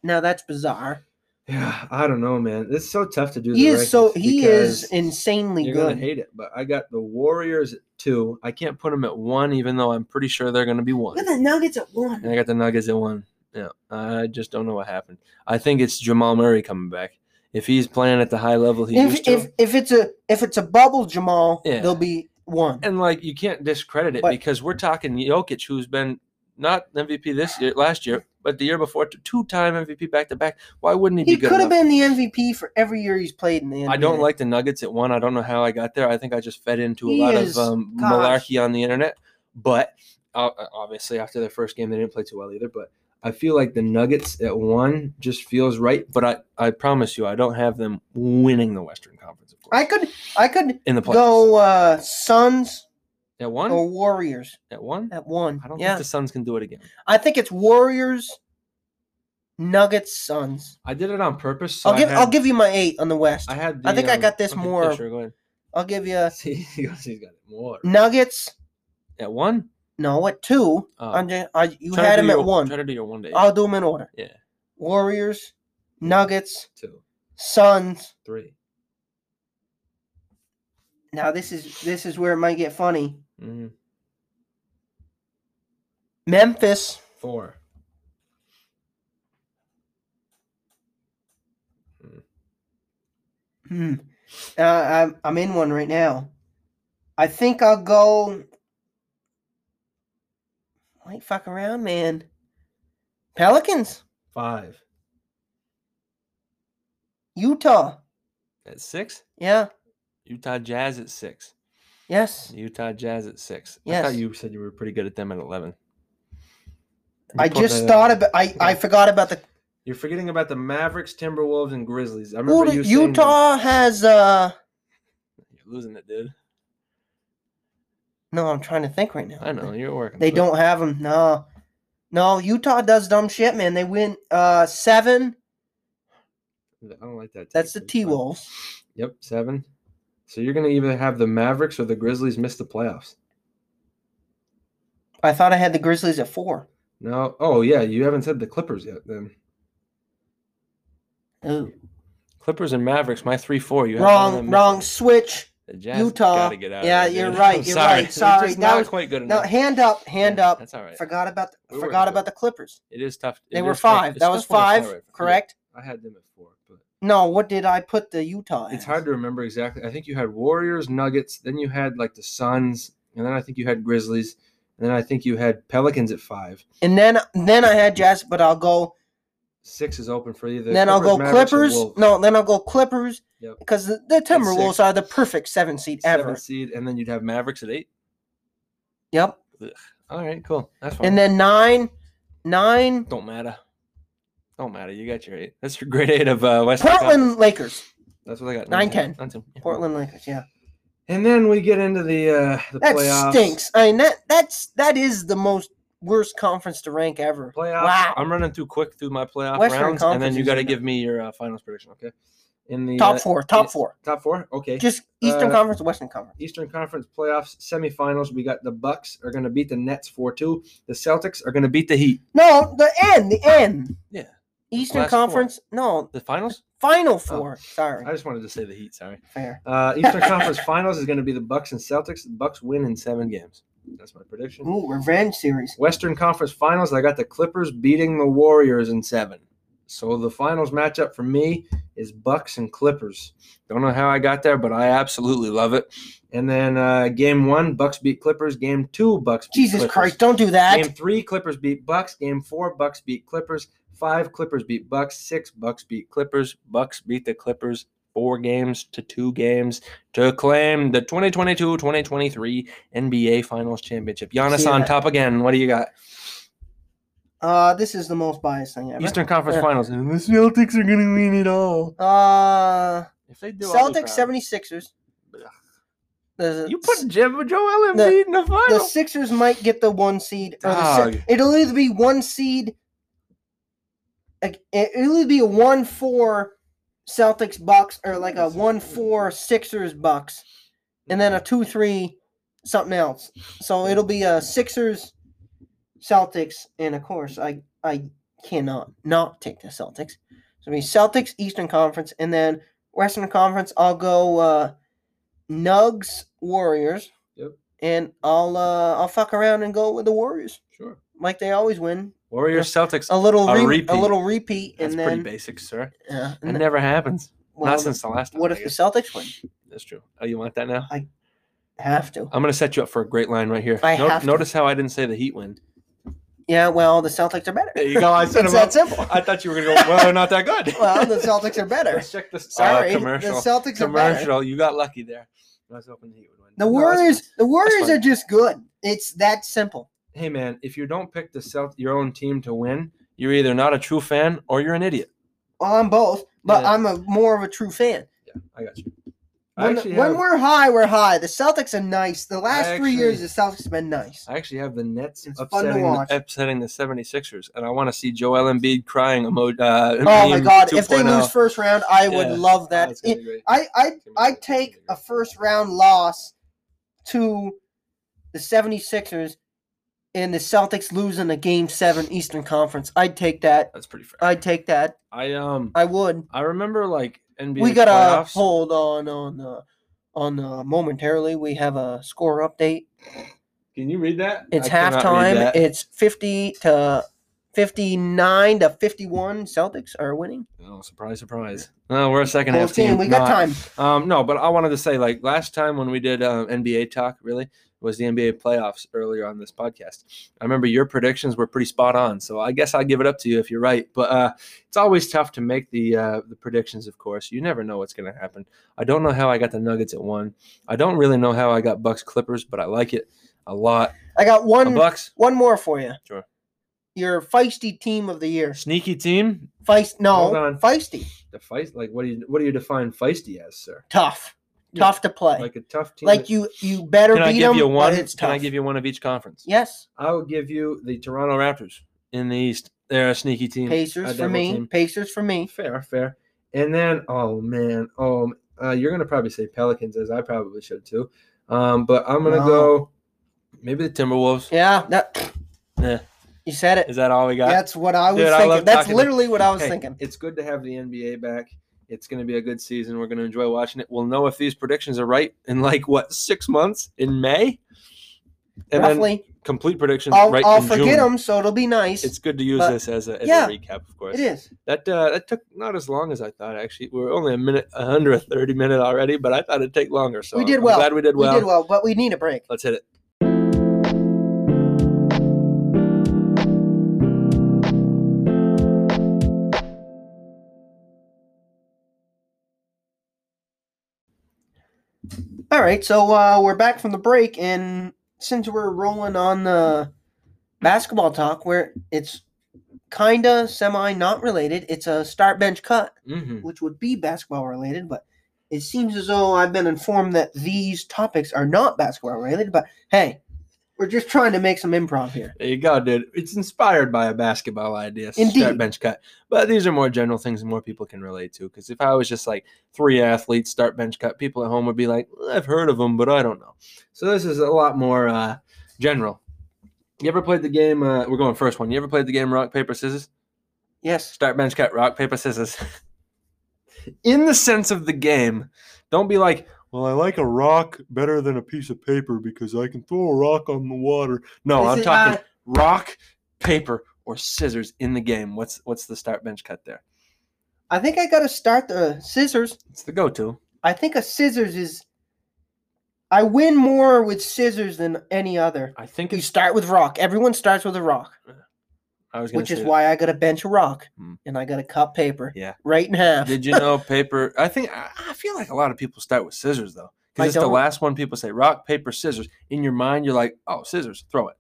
C: Now that's bizarre.
B: Yeah, I don't know, man. It's so tough to do.
C: He
B: the
C: is so
B: rankings
C: he
B: because
C: is insanely
B: You're gonna
C: good.
B: hate it, but I got the Warriors at two. I can't put them at one, even though I'm pretty sure they're gonna be one.
C: Look at the Nuggets at
B: And
C: one.
B: I got the Nuggets at one. Yeah, I just don't know what happened. I think it's Jamal Murray coming back. If he's playing at the high level he used
C: If,
B: to,
C: if if it's a if it's a bubble, Jamal,
B: Yeah.
C: they'll be one.
B: and like you can't discredit it
C: But-
B: because we're talking Jokic, who's been not MVP this year, last year, but the year before, two-time MVP back to back. Why wouldn't he,
C: He
B: be good?
C: could have
B: enough?
C: been the MVP for every year he's played in the NBA.
B: I don't like the Nuggets at one. I don't know how I got there. I think I just fed into a
C: He
B: lot
C: is-
B: of um,
C: gosh.
B: malarkey on the internet. But uh, obviously, after their first game, they didn't play too well either. But I feel like the Nuggets at one just feels right. But I, I promise you, I don't have them winning the Western Conference, of course,
C: I could I could
B: in the playoffs.
C: go uh Suns
B: at one,
C: or Warriors
B: at one.
C: at one.
B: I don't
C: yeah.
B: think the Suns can do it again.
C: I think it's Warriors, Nuggets, Suns.
B: I did it on purpose. So
C: I'll give
B: I had,
C: I'll give you my eight on the West.
B: I
C: I,
B: had.
C: think
B: the,
C: I
B: um,
C: got this
B: okay, yeah,
C: more-
B: sure, [laughs] go ahead.
C: will give you
B: See, he's got it more.
C: Nuggets.
B: At one.
C: No, at two.
B: Oh.
C: I'm ju- I, you
B: Try to
C: had
B: do
C: them at
B: your-
C: one.
B: Try to do your one day.
C: I'll do them in order.
B: Yeah.
C: Warriors, Nuggets,
B: Two,
C: Suns.
B: three.
C: Now this is this is where it might get funny.
B: Mm-hmm.
C: Memphis,
B: Four.
C: hmm. uh, I'm I'm in one right now. I think I'll go. Wait, fuck around, man. Pelicans,
B: Five.
C: Utah.
B: At six?
C: Yeah.
B: Utah Jazz at six.
C: Yes.
B: Utah Jazz at six. I
C: Yes.
B: thought you said you were pretty good at them at 11.
C: I
B: You put
C: just
B: that-
C: thought about. I I forgot about the.
B: You're forgetting about the Mavericks, Timberwolves, and Grizzlies. I remember
C: Ooh,
B: you saying that-
C: Utah has uh.
B: You're losing it, dude.
C: No, I'm trying to think right now.
B: I know. You're working.
C: They
B: for it.
C: don't have them. No. No, Utah does dumb shit, man. They win uh seven.
B: I don't like that.
C: That's the
B: take, but
C: T
B: it's fine.
C: Wolves.
B: Yep, seven. So you're going to either have the Mavericks or the Grizzlies miss the playoffs.
C: I thought I had the Grizzlies at four.
B: No. Oh, yeah. You haven't said the Clippers yet, then.
C: Ooh.
B: Clippers and Mavericks, my 3 4. You have one of
C: Wrong,
B: them
C: wrong
B: missing.
C: switch.
B: The Jazz
C: Utah.
B: Gotta get out of
C: Yeah,
B: there,
C: you're
B: dude.
C: right,
B: I'm
C: you're
B: sorry.
C: right.
B: It's
C: Sorry,
B: just
C: that
B: not
C: was-
B: quite good
C: No,
B: enough.
C: hand up, hand
B: Yeah,
C: up.
B: That's all right.
C: Forgot about the,
B: We were
C: forgot
B: in
C: about the Clippers.
B: It is tough.
C: They
B: it
C: were
B: is tough-
C: five.
B: it's
C: That was
B: tough when it's not
C: five,
B: right for me.
C: correct?
B: I had them at four, but
C: No, what did I put the Utah?
B: it's
C: as?
B: hard to remember exactly. I think you had Warriors, Nuggets, then you had like the Suns, and then I think you had Grizzlies, and then I think you had Pelicans at five.
C: And then then I had Jazz, but I'll go.
B: Six is open for either.
C: then I'll go
B: Mavericks, or
C: Clippers.
B: Wolves.
C: No, then I'll go Clippers
B: Yep.
C: because the, the Timberwolves
B: six.
C: are the perfect seven seed
B: Seventh
C: ever.
B: seed, and then you'd have Mavericks at eight.
C: Yep.
B: All right, cool. That's fine.
C: And then nine, nine
B: Don't matter. Don't matter. You got your eight. That's your grade eight of uh, West.
C: Portland Lakers.
B: That's what I got.
C: Nine,
B: ten.
C: ten.
B: Nine, ten. Yeah.
C: Portland Lakers, yeah.
B: And then we get into the uh, the
C: That
B: playoffs.
C: stinks. I mean that that's that is the most worst conference to rank ever.
B: Playoffs.
C: Wow.
B: I'm running through quick through my playoff
C: Western
B: rounds, and then
C: Conference
B: you
C: is
B: got to
C: in
B: give me your uh, finals prediction. Okay. In the uh,
C: top four, top
B: yeah.
C: four.
B: top four. Okay.
C: Just Eastern
B: Uh,
C: Conference, Western Conference.
B: Eastern Conference playoffs semifinals. We got the Bucks are going to beat the Nets four two. The Celtics are going to beat the Heat.
C: No, the end, the end.
B: Yeah.
C: Eastern
B: Last four.
C: Conference. No,
B: The finals.
C: Final Four. Sorry,
B: I just wanted to say the Heat. Sorry.
C: fair.
B: Uh, Eastern
C: [laughs]
B: Conference Finals is going to be the Bucks and Celtics. The Bucks win in seven games. That's my prediction.
C: Ooh, revenge series.
B: Western Conference Finals. I got the Clippers beating the Warriors in seven. So the finals matchup for me is Bucks and Clippers. Don't know how I got there, but I absolutely love it. And then uh, game one, Bucks beat Clippers. Game two, Bucks. Beat
C: Jesus
B: Clippers.
C: Christ, don't do that.
B: Game three, Clippers beat Bucks. Game four, Bucks beat Clippers. Five, Clippers beat Bucks. Six, Bucks beat Clippers. Bucks beat the Clippers four games to two games to claim the 2022-2023 NBA Finals Championship. Giannis
C: See
B: on
C: that?
B: top again. What do you got?
C: Uh, this is the most biased thing ever.
B: Eastern Conference
C: Yeah.
B: Finals. And the Celtics are going to win it all.
C: Uh,
B: If they do, I'll be
C: Celtics
B: proud.
C: 76ers.
B: Blech.
C: The,
B: You put Jim Joel Embiid
C: The-
B: in the
C: the
B: final.
C: Sixers might get the one seed. Or the si-
B: Dog.
C: it'll either be one seed. like, it- It'll either be a one four Celtics Bucks or like a one four Sixers Bucks, and then uh, a two three something else. So it'll be a Sixers Celtics, and of course I I cannot not take the Celtics. So it'll be Celtics Eastern Conference, and then Western Conference. I'll go uh, Nugs Warriors.
B: Yep.
C: And I'll uh, I'll fuck around and go with the Warriors
B: Sure.
C: like they always win.
B: Warriors Celtics.
C: A little
B: A
C: re-
B: repeat.
C: a little repeat,
B: That's
C: Oh, and
B: pretty
C: then
B: basic, sir.
C: yeah,
B: It
C: and then-
B: never happens.
C: well,
B: Not since the last time.
C: what
B: I
C: if the
B: guess.
C: Celtics win?
B: That's true. Oh, you want that now?
C: Have to.
B: I'm gonna set you up for a great line right here.
C: I
B: No-
C: have to.
B: notice how I didn't say the Heat win.
C: Yeah, well, the Celtics are better.
B: There you
C: [laughs]
B: go. I set
C: it's
B: him up.
C: that simple.
B: I thought you were gonna go. Well, they're not that good.
C: [laughs] well, the Celtics are
B: [laughs]
C: better.
B: Let's check this.
C: Sorry,
B: uh,
C: the
B: commercial.
C: Celtics are better.
B: Commercial. You got lucky there. I was hoping the Heat would win.
C: The
B: No, that's
C: Warriors,
B: fine.
C: the Warriors
B: fine.
C: are just good. It's that simple.
B: Hey man, if you don't pick the Celt your own team to win, you're either not a true fan or you're an idiot.
C: Well, I'm both, but
B: Yeah.
C: I'm a more of a true fan.
B: I got you. I
C: When,
B: actually
C: when
B: have-
C: we're high, we're high. The Celtics are nice. The last
B: actually-
C: three years, the Celtics have been nice.
B: I actually have the Nets
C: It's fun to
B: upsetting the,
C: watch.
B: upsetting the 76ers, and I want to see Joel Embiid crying emo- uh,
C: Oh my
B: meme
C: God! If they
B: 2.0.
C: lose first round, I would
B: Yeah.
C: love that.
B: it's gonna be great.
C: I I
B: It's gonna be
C: I
B: great.
C: take
B: It's gonna
C: a
B: be great.
C: first round loss to the 76ers and the Celtics losing a game 7 Eastern Conference. I'd take that.
B: That's pretty fair.
C: I'd take that.
B: I um
C: I would.
B: I remember like NBA
C: we got to
B: playoffs.
C: hold on on uh, on uh, momentarily. We have a score update.
B: Can you read that?
C: It's
B: I cannot read
C: halftime.
B: that.
C: It's 50 to 59 to 51 Celtics are winning.
B: oh, surprise, surprise. No, we're a second
C: Whole
B: half team.
C: team, we got
B: not-
C: time.
B: Um, no, but I wanted to say like last time when we did um, NBA talk, really was the NBA playoffs earlier on this podcast. I remember your predictions were pretty spot on, so I guess I'll give it up to you if you're right. But uh, it's always tough to make the uh, the predictions. Of course, you never know what's going to happen. I don't know how I got the Nuggets at one. I don't really know how I got Bucks Clippers, but I like it a lot.
C: I got
B: A
C: one
B: Bucks
C: one more for you.
B: Sure.
C: Your feisty team of the year.
B: sneaky team.
C: Feist, no,
B: Hold on.
C: feisty,
B: The fight, like what do you what do you define feisty as, sir?
C: tough,
B: Yeah.
C: tough to play. Like,
B: Like a tough team. that-
C: you, you better
B: can I
C: beat
B: give
C: them.
B: you one?
C: But it's tough.
B: Can I give you one of each conference?
C: Yes,
B: I will give you the Toronto Raptors in the East. They're a sneaky team.
C: Pacers
B: a
C: for
B: devil
C: me.
B: team.
C: Pacers for me.
B: Fair, fair. And then, oh man, oh, uh, you're gonna probably say Pelicans as I probably should too. Um, but I'm gonna
C: No.
B: go maybe the Timberwolves.
C: Yeah, that,
B: Yeah.
C: you said it.
B: Is that all we got?
C: That's what I was
B: Dude, I
C: thinking.
B: love
C: That's
B: talking to-
C: literally what I was
B: Hey,
C: thinking.
B: It's good to have the NBA back. It's going to be a good season. We're going to enjoy watching it. We'll know if these predictions are right in like what six months in May, and then
C: Roughly,
B: complete predictions
C: I'll,
B: right
C: I'll
B: in
C: forget
B: June.
C: them, so it'll be nice.
B: It's good to use
C: but-
B: this as a, as
C: yeah,
B: a recap, of course.
C: it is.
B: That uh, that took not as long as I thought. Actually, we are only a minute under a thirty minute already, but I thought it'd take longer. So
C: We did
B: I'm
C: well.
B: Glad we did well.
C: We did well, but we need a break.
B: Let's hit it.
C: All right, so uh, we're back from the break, and since we're rolling on the basketball talk, where it's kinda semi not related. It's a start bench cut,
B: Mm-hmm.
C: which would be basketball related, but it seems as though I've been informed that these topics are not basketball related. But hey, we're just trying to make some improv here.
B: There you go, dude. It's inspired by a basketball idea,
C: Indeed.
B: start bench cut. But these are more general things more people can relate to. Because if I was just like three athletes, start bench cut, people at home would be like, "Well, I've heard of them, but I don't know. So this is a lot more uh, general. You ever played the game? Uh, we're going first one. You ever played the game rock paper scissors?
C: Yes.
B: Start bench cut rock paper scissors. [laughs] In the sense of the game, don't be like, well, I like a rock better than a piece of paper because I can throw a rock on the water. No,
C: This
B: I'm
C: is,
B: talking
C: uh,
B: rock, paper, or scissors in the game. What's what's the start bench cut there?
C: I think I gotta start the scissors.
B: It's the go-to.
C: I think a scissors is. I win more with scissors than any other.
B: I think
C: You
B: it's.
C: start with rock. Everyone starts with a rock,
B: I was going
C: which
B: to
C: is
B: say.
C: why I gotta bench a rock
B: Hmm.
C: and I gotta cut paper.
B: Yeah.
C: Right in half.
B: Did you know paper? I think I, I feel like a lot of people start with scissors though,
C: I
B: because it's the
C: don't-
B: last one people say. Rock, paper, scissors. In your mind, you're like, oh, scissors. Throw it.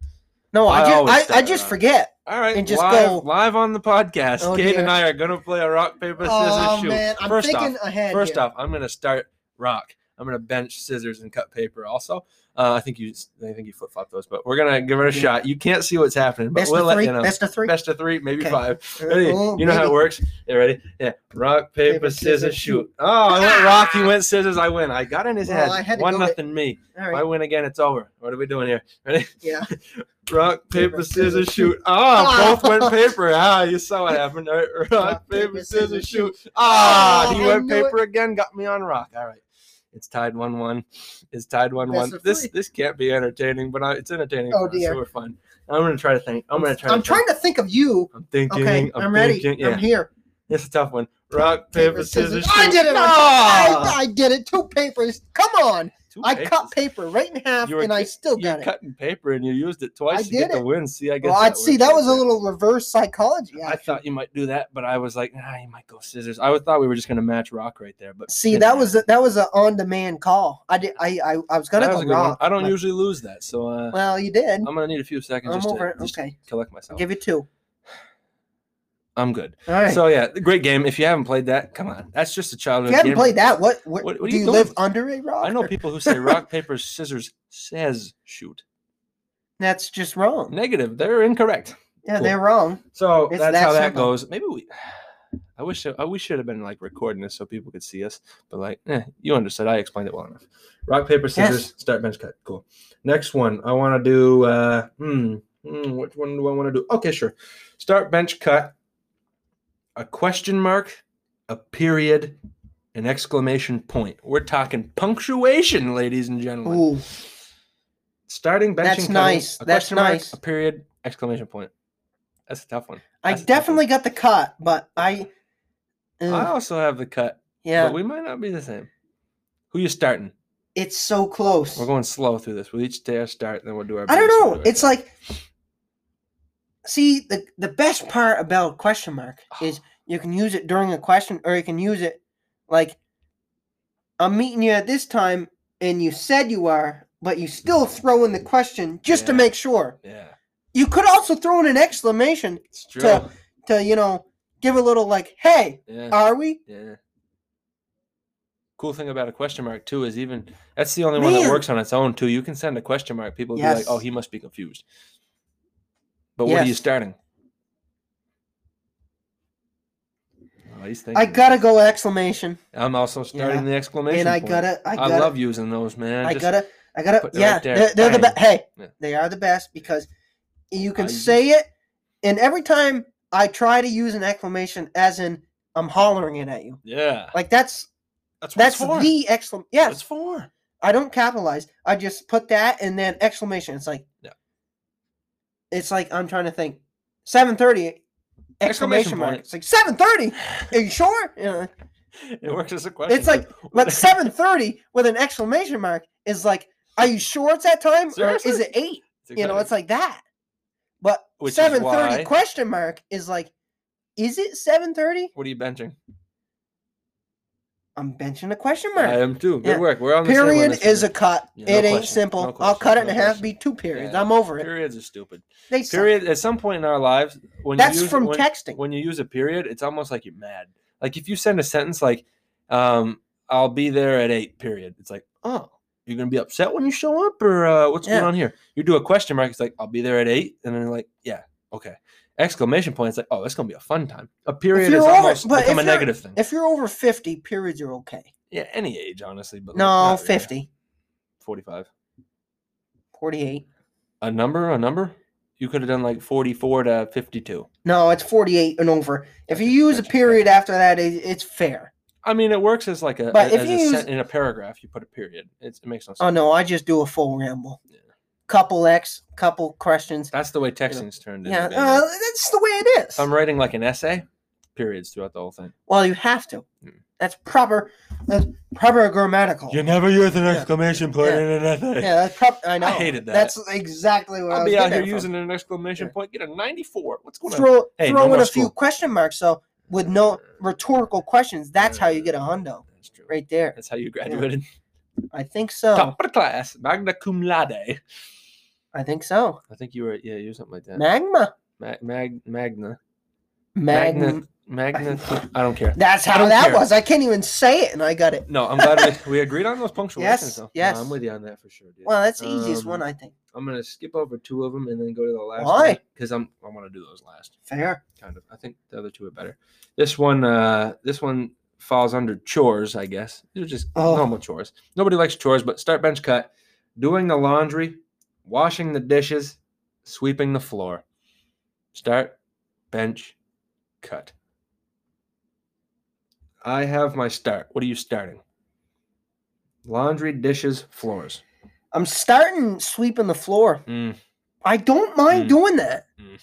C: no, I,
B: I always
C: just I, I
B: start
C: just
B: around.
C: forget.
B: All right,
C: and just
B: live,
C: go-
B: live on the podcast.
C: Oh,
B: Kate
C: dear.
B: and I are gonna play a rock paper scissors
C: Oh
B: shoot.
C: man, I'm
B: first
C: thinking
B: off,
C: ahead.
B: first
C: here.
B: off, I'm gonna start rock. I'm gonna bench scissors and cut paper. Also, uh, I think you I think you flip flop those, but we're gonna give it a
C: Yeah.
B: shot. You can't see what's happening, but
C: best
B: we'll
C: of
B: let
C: three.
B: you know.
C: Best of three.
B: Best of three, maybe
C: Okay.
B: five.
C: Uh,
B: Ready?
C: oh,
B: you know how
C: maybe.
B: it works. Yeah, ready? Yeah. Rock, paper, scissors, shoot. Oh, I went rock. He went scissors. I win. I got in his
C: Ah! Well,
B: head.
C: I had to
B: One
C: go with-
B: nothing me.
C: All
B: If I
C: right.
B: win again, it's over. What are we doing here? Ready?
C: Yeah.
B: Rock,
C: Paper,
B: paper,
C: scissors,
B: scissors, shoot. Ah,
C: Ah.
B: both went paper. Ah, you
C: [laughs]
B: saw what happened. All right, Rock, paper, scissors, shoot. Ah,
C: Ah,
B: he
C: I
B: went
C: knew it.
B: paper again. Got me on rock. All right. It's tied one-one. It's tied one-one.
C: Best of
B: This
C: three.
B: this can't be entertaining, but I, it's entertaining.
C: Oh,
B: for us,
C: dear.
B: so we're fine. I'm gonna try to think. I'm gonna try. to
C: I'm
B: think.
C: trying to think of you.
B: I'm thinking.
C: Okay,
B: I'm,
C: I'm ready.
B: Thinking, yeah,
C: I'm here.
B: it's a tough one. Rock, paper, scissors.
C: I
B: shoot.
C: did it! I,
B: Ah!
C: I did it. Two papers. Come on.
B: Two
C: I
B: papers.
C: cut paper right in half,
B: You were
C: and I
B: cut-
C: still
B: You're
C: got it.
B: cutting paper and you used it twice
C: I
B: to get
C: did
B: the
C: it.
B: win. See, I guess.
C: Well, I'd see
B: worked
C: that
B: out
C: was a
B: there.
C: little reverse psychology.
B: I
C: action.
B: thought you might do that, but I was like, nah, you might go scissors. I would- thought we were just gonna match rock right there, but
C: See,
B: didn't
C: that
B: happen.
C: was a, that was an on-demand call. I did. I I, I was gonna
B: That
C: go
B: was a good
C: wrong.
B: one. I don't
C: but-
B: usually lose that, so uh,
C: Well, you did.
B: I'm gonna need a few seconds
C: I'm
B: just
C: over
B: to
C: it.
B: just
C: Okay,
B: collect
C: I'll
B: myself.
C: give you two.
B: I'm good.
C: All right.
B: So yeah, great game. If you haven't played that, come on, that's just a childhood.
C: if you haven't
B: game.
C: played that, what what,
B: What- what are
C: do
B: you
C: you, live
B: doing?
C: under a rock?
B: I know
C: or-
B: people who say rock paper scissors says shoot.
C: that's just wrong.
B: Negative. They're incorrect.
C: yeah,
B: cool.
C: they're wrong.
B: So
C: It's
B: that's
C: that
B: how that
C: simple.
B: goes. Maybe we. I wish I we should have been like recording this so people could see us, but like, eh, you understood. I explained it well enough. Rock paper scissors. Start bench cut. Cool. Next one. I want to do. Uh, hmm, hmm, which one do I want to do? Okay, sure. Start bench cut. A question mark, a period, an exclamation point. We're talking punctuation, ladies and gentlemen.
C: Ooh,
B: Starting bench.
C: That's
B: and cutting,
C: nice.
B: A
C: That's
B: question mark,
C: nice.
B: A period, exclamation point. That's a tough one.
C: I
B: That's a tough one.
C: definitely got the cut, but I. Ugh,
B: I also have the cut,
C: Mm. yeah,
B: but we might not be the same. Who you starting?
C: it's so close.
B: We're going slow through this. We'll each day start, and then we'll do our.
C: I don't
B: biggest and
C: know.
B: do our
C: It's like, see, the the best part about question
B: [sighs]
C: mark is you can use it during a question, or you can use it like, I'm meeting you at this time, and you said you are, but you still throw in the question just to
B: Yeah.
C: make sure.
B: cut. yeah,
C: You could also throw in an exclamation
B: it's true.
C: So- to you know give a little like, hey,
B: yeah,
C: are we?
B: yeah. Cool thing about a question mark too is even that's the only one that
C: Man.
B: works on its own too. You can send a question mark. People will be like, "Oh,
C: Yes.
B: he must be confused." But what are you
C: Yes.
B: starting? Oh, he's thinking.
C: I gotta go exclamation,
B: I'm also starting
C: Yeah.
B: the exclamation.
C: and I
B: point.
C: gotta, I
B: I,
C: gotta,
B: love using those, man.
C: I
B: Just-
C: gotta, I gotta.
B: put it right
C: yeah,
B: there.
C: they're, they're the
B: Bang.
C: best. Hey,
B: Yeah.
C: they are the best because you can
B: I use-
C: say it, and every time I try to use an exclamation, as in I'm hollering it at you,
B: Yeah,
C: like that's
B: that's what
C: that's
B: it's for.
C: the exclamation. Yes,
B: It's for.
C: I don't capitalize. I just put that and then exclamation. It's like,
B: Yeah.
C: it's like I'm trying to think. Seven thirty. Exclamation
B: Exclamation
C: mark!
B: point.
C: It's like seven thirty. Are you sure? You know,
B: It works as a question.
C: it's like,
B: [laughs]
C: but seven thirty with an exclamation mark is like, are you sure it's that time or is
B: Seriously?
C: it eight? you know it's like that but
B: Which is
C: 730
B: why-
C: question mark is like is it 730
B: what are you benching?
C: I'm benching a question mark.
B: I am too. Good
C: Yeah.
B: work. We're on the same one
C: period
B: this
C: is a
B: week.
C: cut.
B: Yeah, no
C: it ain't
B: question,
C: simple.
B: no
C: I'll
B: question,
C: cut it in
B: no
C: half.
B: question.
C: Be two periods.
B: Yeah.
C: I'm over it.
B: Periods are stupid.
C: They suck.
B: Period. At some point in our lives, when
C: That's
B: you use,
C: from
B: when,
C: texting.
B: when you use a period, it's almost like you're mad. Like if you send a sentence like, um, "I'll be there at eight, period. It's like, oh, you're gonna be upset when you show up, or uh, what's going
C: Yeah.
B: on here? You do a question mark. It's like, I'll be there at eight, and then like, yeah, okay. Exclamation point. It's like, oh, it's gonna be a fun time. A period
C: you're
B: is
C: over-
B: almost
C: but
B: become a
C: if you're-
B: negative thing.
C: If you're over 50, periods are okay.
B: yeah, any age, honestly. But like,
C: No,
B: not really.
C: 50,
B: 45.
C: 48.
B: A number, a number. You could have done like 44 to 52.
C: No, it's 48 and over. If you
B: Gotcha,
C: use a
B: gotcha,
C: period after that, it, it's fair.
B: I mean, it works as like a,
C: But
B: a-
C: if
B: as
C: you
B: a
C: use-
B: sent- in a paragraph. You put a period. It's, it makes no sense.
C: Oh, no, I just do a full ramble.
B: Yeah.
C: Couple X, couple questions.
B: That's the way texting's turned.
C: Yeah,
B: into.
C: uh, that's the way it is.
B: if I'm writing like an essay, periods throughout the whole thing.
C: Well, you have to.
B: Hmm.
C: That's proper. That's proper grammatical.
B: never use an
C: Yeah.
B: exclamation
C: point Yeah.
B: in an essay. [laughs]
C: Yeah, that's proper. I know.
B: hated that.
C: That's exactly what
B: I'll
C: I was
B: be out
C: getting
B: here
C: at from.
B: using an exclamation point. Get a 94. What's going on?
C: throw
B: Hey, no
C: throw in
B: more
C: a few
B: school.
C: question marks. So with no rhetorical questions, that's how you get a hundo
B: That's true.
C: right Oh. there.
B: That's how you graduated.
C: I think so.
B: Top of the class, magna cum laude. I
C: I think so.
B: think you were yeah, you were something like that.
C: Magma.
B: Mag, mag magna
C: Magma. [laughs]
B: magna. cum- I don't care.
C: That's
B: I
C: how
B: don't
C: that
B: care.
C: was. I can't even say it, and I got it.
B: No, I'm glad we, we agreed on those punctuations.
C: Yes,
B: though. No,
C: yes.
B: I'm with you on that for sure, dude.
C: Well, that's the easiest one,
B: Um,
C: I think.
B: I'm gonna skip over two of them and then go to the last.
C: Why?
B: Because I'm I want to do those last.
C: Fair.
B: Kind of. I think the other two are better. This one, uh, this one falls under chores, I guess. These are just
C: Oh.
B: normal chores. Nobody likes chores, but start bench cut, doing the laundry, washing the dishes, sweeping the floor. Start bench cut. I have my start. What are you starting? Laundry, dishes, floors.
C: I'm starting sweeping the floor.
B: Mm,
C: I don't mind
B: Mm.
C: doing that.
B: Mm.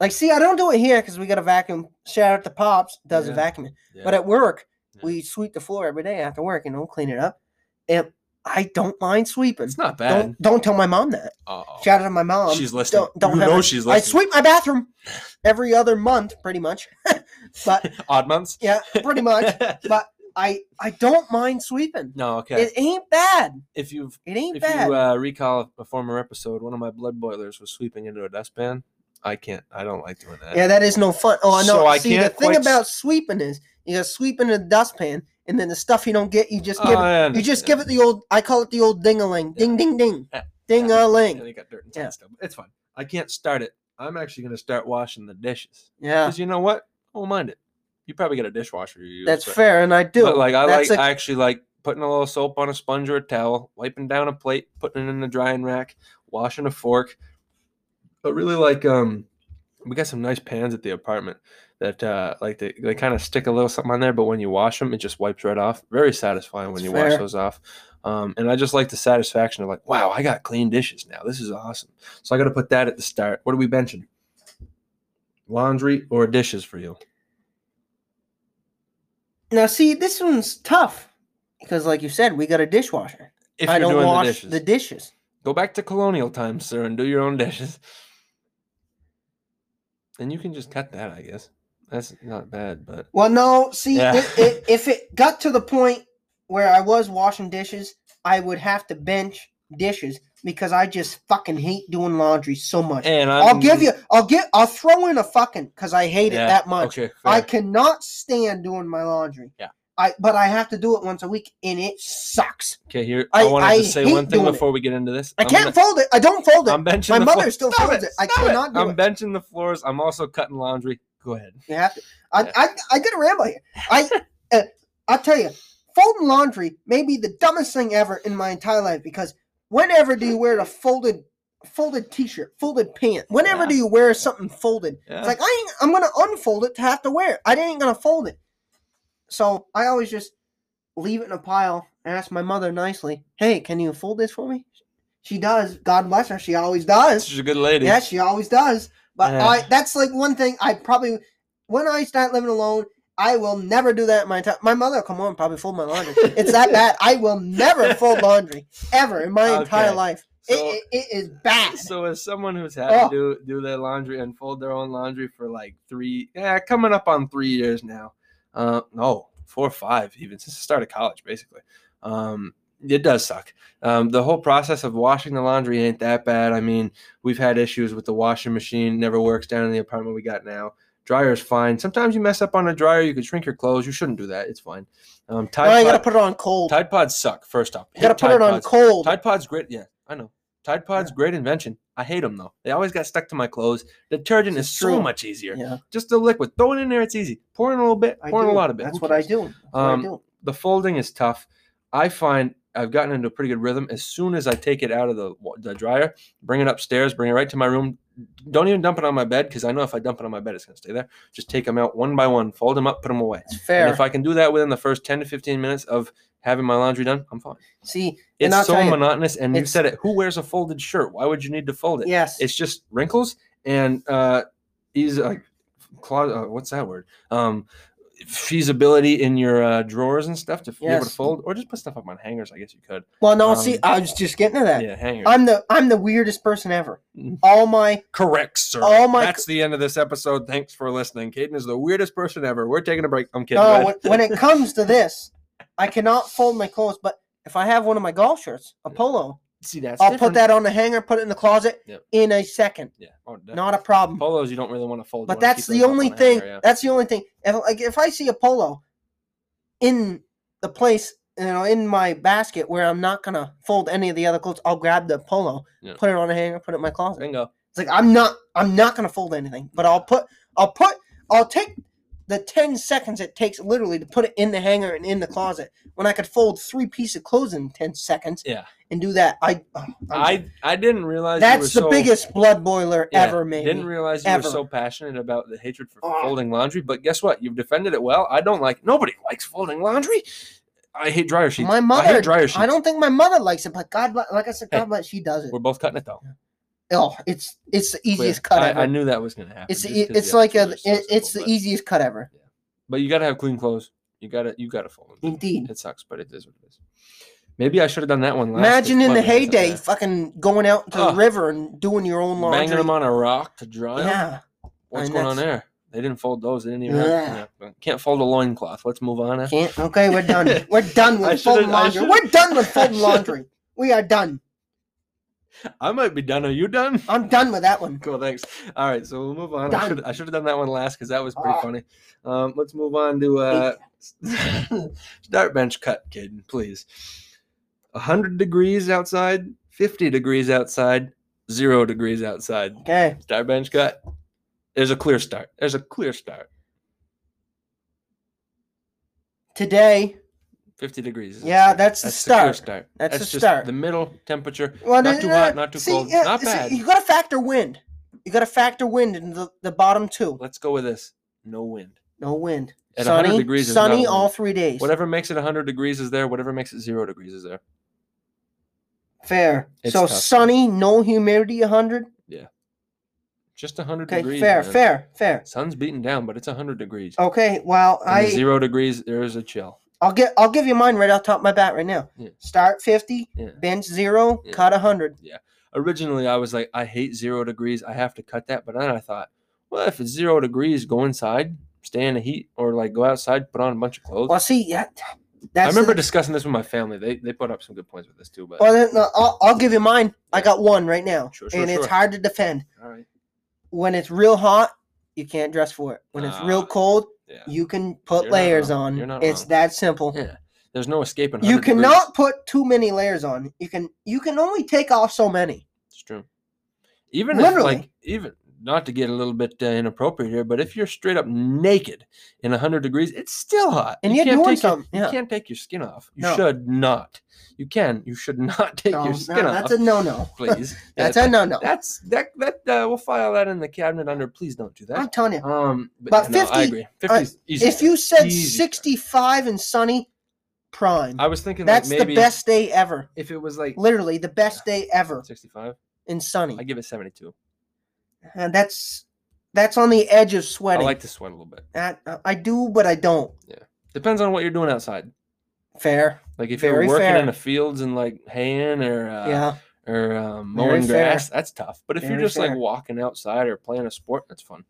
C: Like, see, I don't do it here because we got a vacuum. Shout out to Pops, does
B: Yeah.
C: a vacuum.
B: yeah.
C: But at work,
B: Yeah.
C: we sweep the floor every day after work, you know, clean it up. And I don't mind sweeping.
B: it's not bad.
C: Don't don't tell my mom that.
B: Uh-oh.
C: Shout out to my mom.
B: she's listening.
C: don't- don't
B: you
C: have
B: know
C: it.
B: she's
C: I
B: listening.
C: sweep my bathroom every other month, pretty much. [laughs] but
B: [laughs] Odd months.
C: yeah,
B: [laughs]
C: pretty much. But I I don't mind sweeping.
B: no, okay.
C: It ain't bad.
B: if you've
C: It ain't
B: if
C: bad.
B: you uh, recall a former episode, one of my blood boilers was sweeping into a dustpan. I can't. I don't like doing that.
C: yeah, that is no fun. Oh, I know.
B: So I
C: See,
B: can't
C: the thing
B: quite s-
C: about sweeping is you got to sweep into the dustpan, and then the stuff you don't get, you just
B: Oh,
C: give
B: I
C: it. You just
B: understand.
C: give it the old. I call it the old ding-a-ling. Ding, ding, ding.
B: Yeah. And
C: Ding-a-ling.
B: it got dirt inside
C: Yeah.
B: still. but It's fine. I can't start it. I'm actually going to start washing the dishes
C: Yeah,
B: because you know what? I won't mind it. You probably got a dishwasher. You use,
C: that's
B: but-
C: fair, and I do.
B: But like I
C: That's
B: like
C: a-
B: I actually like putting a little soap on a sponge or a towel, wiping down a plate, putting it in the drying rack, washing a fork. But really like um we got some nice pans at the apartment that uh like they, they kind of stick a little something on there, but when you wash them, it just wipes right off. Very satisfying when
C: That's
B: you
C: fair.
B: wash those off. Um, and I just like the satisfaction of like, wow, I got clean dishes now. This is awesome. So I got to put that at the start. What are we benching? Laundry or dishes for you?
C: Now, see, this one's tough because, like you said, we got a dishwasher.
B: If
C: I don't
B: doing
C: wash the dishes.
B: Go back to colonial times, sir, and do your own dishes. And you can just cut that, I guess. That's not bad, but
C: Well, no, see,
B: Yeah.
C: it, it, if it got to the point where I was washing dishes, I would have to bench dishes because I just fucking hate doing laundry so much.
B: and i
C: I'll give you, I'll get, I'll throw in a fucking because I hate it that much.
B: Okay,
C: I
B: fair.
C: cannot stand doing my laundry.
B: Yeah.
C: I, but I have to do it once a week, and it sucks.
B: okay. Here, I,
C: I-
B: wanted
C: I
B: to say
C: hate
B: one thing
C: doing it.
B: before we get into this.
C: I
B: I'm
C: can't fold it. I don't fold
B: Gonna,
C: it.
B: I'm benching.
C: My
B: the
C: mother
B: floor-
C: still
B: Stop
C: folds it. I
B: stop
C: cannot do
B: I'm
C: it.
B: benching the floors. I'm also cutting laundry. Go ahead.
C: You have to. I,
B: Yeah.
C: I, I got a ramble here. I,
B: [laughs]
C: uh, I tell you, folding laundry may be the dumbest thing ever in my entire life because whenever do you wear a folded, folded T-shirt, folded pant? Whenever
B: Yeah.
C: do you wear something folded?
B: Yeah. [laughs]
C: It's like I ain't, I'm gonna unfold it to have to wear. It. I ain't gonna fold it. So I always just leave it in a pile. and Ask my mother nicely, "Hey, can you fold this for me?" She does. God bless her. She always does.
B: She's a good lady.
C: Yeah, she always does. But
B: Yeah.
C: I that's like one thing I probably when I start living alone, I will never do that in my entire my mother will come home and probably fold my laundry.
B: [laughs]
C: it's that bad. I will never fold laundry ever in my entire
B: Okay.
C: life.
B: So-
C: it, it, it is bad.
B: [laughs] So as someone who's had
C: Oh.
B: to do do their laundry and fold their own laundry for like three, yeah, coming up on three years now. Uh, no, four or five even since the start of college, basically. Um, it does suck. Um, the whole process of washing the laundry ain't that bad. I mean, we've had issues with the washing machine, never works down in the apartment we got now. Dryer's fine. Sometimes you mess up on a dryer, you could shrink your clothes. You shouldn't do that. It's fine. Um, Tide,
C: No, you
B: Pod-
C: gotta put it on cold.
B: Tide Pods suck, first off.
C: You gotta
B: Hate
C: put
B: Tide
C: it on
B: Pods.
C: cold.
B: Tide Pod's great. Yeah, I know. Tide Pod's great invention. I hate them though. They always got stuck to my clothes. Detergent
C: This
B: is
C: is
B: so
C: true.
B: much easier.
C: Yeah,
B: Just the liquid. Throw it in there. It's easy. Pour in a little bit.
C: I
B: Pour in a
C: do.
B: lot of bit.
C: That's
B: Who
C: what I
B: cares?
C: do. That's what
B: Um,
C: I do.
B: The folding is tough. I find I've gotten into a pretty good rhythm. As soon as I take it out of the wa- the dryer, bring it upstairs, bring it right to my room. Don't even dump it on my bed because I know if I dump it on my bed, it's gonna stay there. Just take them out one by one, fold them up, put them away.
C: It's
B: And
C: fair.
B: if I can do that within the first ten to fifteen minutes of having my laundry done, I'm fine.
C: See, And I'll
B: It's so
C: tell you,
B: monotonous. And you
C: it's-
B: said it. Who wears a folded shirt? Why would you need to fold it?
C: yes,
B: It's just wrinkles and uh, ease, uh, clo- uh, what's that word? Um, feasibility in your uh, drawers and stuff to be able to
C: Yes.
B: fold, or just put stuff up on hangers. I guess you could.
C: well, no,
B: um,
C: see, I was just getting to that.
B: Yeah, hangers.
C: I'm the I'm the weirdest person ever.
B: Mm. [laughs]
C: All my
B: Correct, sir.
C: All my-
B: That's the end of this episode. Thanks for listening. Caden is the weirdest person ever. We're taking a break. I'm kidding.
C: no,
B: Go
C: when,
B: ahead. [laughs]
C: when it comes to this, I cannot fold my clothes. But if I have one of my golf shirts, a
B: Yeah.
C: polo,
B: see that's
C: I'll
B: different.
C: put that on the hanger, put it in the closet
B: Yep.
C: in a second.
B: Yeah, oh, definitely.
C: Not a problem.
B: polos. You don't really want to fold. You
C: But
B: wanna
C: that's
B: keep those
C: the
B: up
C: only
B: on a
C: thing.
B: hanger, yeah.
C: That's the only thing. If like if I see a polo in the place, you know, in my basket where I'm not gonna fold any of the other clothes, I'll grab the polo,
B: Yeah.
C: put it on a hanger, put it in my closet.
B: Bingo.
C: It's like I'm not I'm not gonna fold anything, but I'll put I'll put I'll take the ten seconds it takes literally to put it in the hanger and in the closet when I could fold three pieces of clothes in ten seconds.
B: Yeah.
C: And do that. I oh, I'm-
B: I I didn't realize you were
C: that's the
B: so,
C: biggest blood boiler
B: Yeah,
C: ever made.
B: Didn't
C: me.
B: realize you
C: Ever.
B: were so passionate about the hatred for
C: Oh.
B: folding laundry. But guess what? You've defended it well. I don't like. Nobody likes folding laundry. I hate dryer sheets.
C: My
B: I
C: mother-
B: hate dryer sheets.
C: I don't think my mother likes it, but God, bl- like I said,
B: Hey,
C: God bless, she does it.
B: We're both cutting it though.
C: Oh, it's it's the
B: Clear.
C: easiest cut
B: I,
C: ever.
B: I knew that was gonna happen.
C: it's
B: just
C: the,
B: 'cause
C: it's
B: the
C: like a
B: episode is so
C: it- it's the
B: simple, but-
C: easiest cut ever.
B: But you gotta have clean clothes. You gotta you gotta fold them.
C: Indeed.
B: It sucks, but it is what it is. Maybe I should have done that one last.
C: Imagine
B: week,
C: in
B: but
C: the
B: we didn't do
C: heyday,
B: that.
C: fucking going out to
B: Ugh.
C: the river and doing your own laundry.
B: banging them on a rock to dry 'em?
C: yeah.
B: What's
C: mean,
B: going on
C: that's-
B: there? They didn't fold those. They didn't even.
C: Yeah.
B: Have, yeah. Can't fold a loincloth. Let's move on. eh?
C: Can't. Okay,
B: [laughs]
C: we're done. We're done
B: I
C: with
B: should've-
C: folding
B: I
C: laundry.
B: should've-
C: We're done with folding
B: I should've-
C: laundry. We are done.
B: I might be done. Are you done?
C: I'm done with that one.
B: Cool, thanks. All right, so we'll move on. I
C: Done.
B: should I should have done that one last because that was pretty
C: Ah.
B: funny. Um, let's move on to uh, [laughs] start bench cut, kid, please. hundred degrees outside, fifty degrees outside, zero degrees outside.
C: Okay.
B: Start bench cut. There's a clear start. There's a clear start.
C: Today,
B: Fifty degrees. is a
C: yeah, that's the
B: clear
C: start.
B: start.
C: That's the
B: just
C: start.
B: The middle temperature.
C: Well,
B: Not
C: no,
B: too
C: no,
B: hot,
C: no.
B: not too
C: See,
B: cold.
C: yeah,
B: Not
C: see,
B: bad.
C: you got to factor wind. You got to factor wind in the, the bottom two.
B: Let's go with this. No wind.
C: No wind.
B: At 100
C: sunny,
B: degrees is
C: sunny
B: not
C: all
B: wind.
C: three days.
B: Whatever makes it 100 degrees is there. Whatever makes it zero degrees is there.
C: Fair.
B: It's
C: so
B: tough.
C: sunny, no humidity, 100.
B: Just 100
C: Okay,
B: degrees.
C: fair,
B: man.
C: fair, fair.
B: Sun's beating down, but it's 100 degrees.
C: Okay, well,
B: And the
C: Oh, I
B: zero degrees, there is a chill.
C: I'll get I'll give you mine right off the top of my bat right now.
B: Yeah.
C: Start 50,
B: Yeah.
C: bench 0,
B: Yeah.
C: cut 100.
B: Originally, I was like, I hate zero degrees. I have to cut that. But then I thought, well, if it's zero degrees, go inside, stay in the heat, or like go outside, put on a bunch of clothes.
C: Well, see, yeah,
B: I
C: that's
B: remember
C: the-
B: discussing this with my family. They they put up some good points with this too. But
C: [laughs] well, then, no, I'll, I'll give you mine. I
B: Yeah.
C: got one right now,
B: Sure, sure,
C: and it's
B: sure.
C: hard to defend.
B: all right,
C: When it's real hot, you can't dress for it. When it's real
B: Ah.
C: cold,
B: yeah.
C: you can put
B: You're not
C: layers
B: wrong.
C: on.
B: You're not
C: It's
B: wrong.
C: that simple.
B: Yeah. There's no escaping.
C: You
B: 100 degrees.
C: cannot put too many layers on. You can you can only take off so many.
B: It's true. Even if,
C: Literally.
B: like, even not to get a little bit uh, inappropriate here, but if you're straight up naked in 100 degrees, it's still hot.
C: And you're
B: can't
C: doing
B: take your-
C: something,
B: You
C: yeah.
B: can't take your skin off. You
C: No.
B: should not. You can. You should not [laughs] take
C: No,
B: your
C: no,
B: skin off.
C: that's a no no.
B: please. Yeah,
C: [laughs] That's a no no.
B: That's that that uh, we'll file that in the cabinet under. Please don't do
C: I'm
B: that.
C: telling you.
B: Um, but, yeah,
C: But
B: no, I
C: 50
B: agree. 50's easy.
C: If you said
B: Easy.
C: 65 and sunny, prime.
B: I was thinking
C: That's
B: like maybe
C: the best day ever.
B: if it was like
C: Literally the best day ever
B: 65,
C: in
B: I
C: sunny.
B: give it 72.
C: And that's that's on the edge of
B: I
C: sweating.
B: like to sweat a little bit.
C: That- I do, but I don't.
B: Depends on what you're doing outside.
C: Fair.
B: Like if
C: Very
B: you're working
C: fair.
B: in the fields and like haying or uh,
C: yeah.
B: or um,
C: Very
B: mowing
C: fair.
B: grass, that's tough. But if you're
C: Very
B: just like
C: fair.
B: walking outside or playing a sport, that's fun.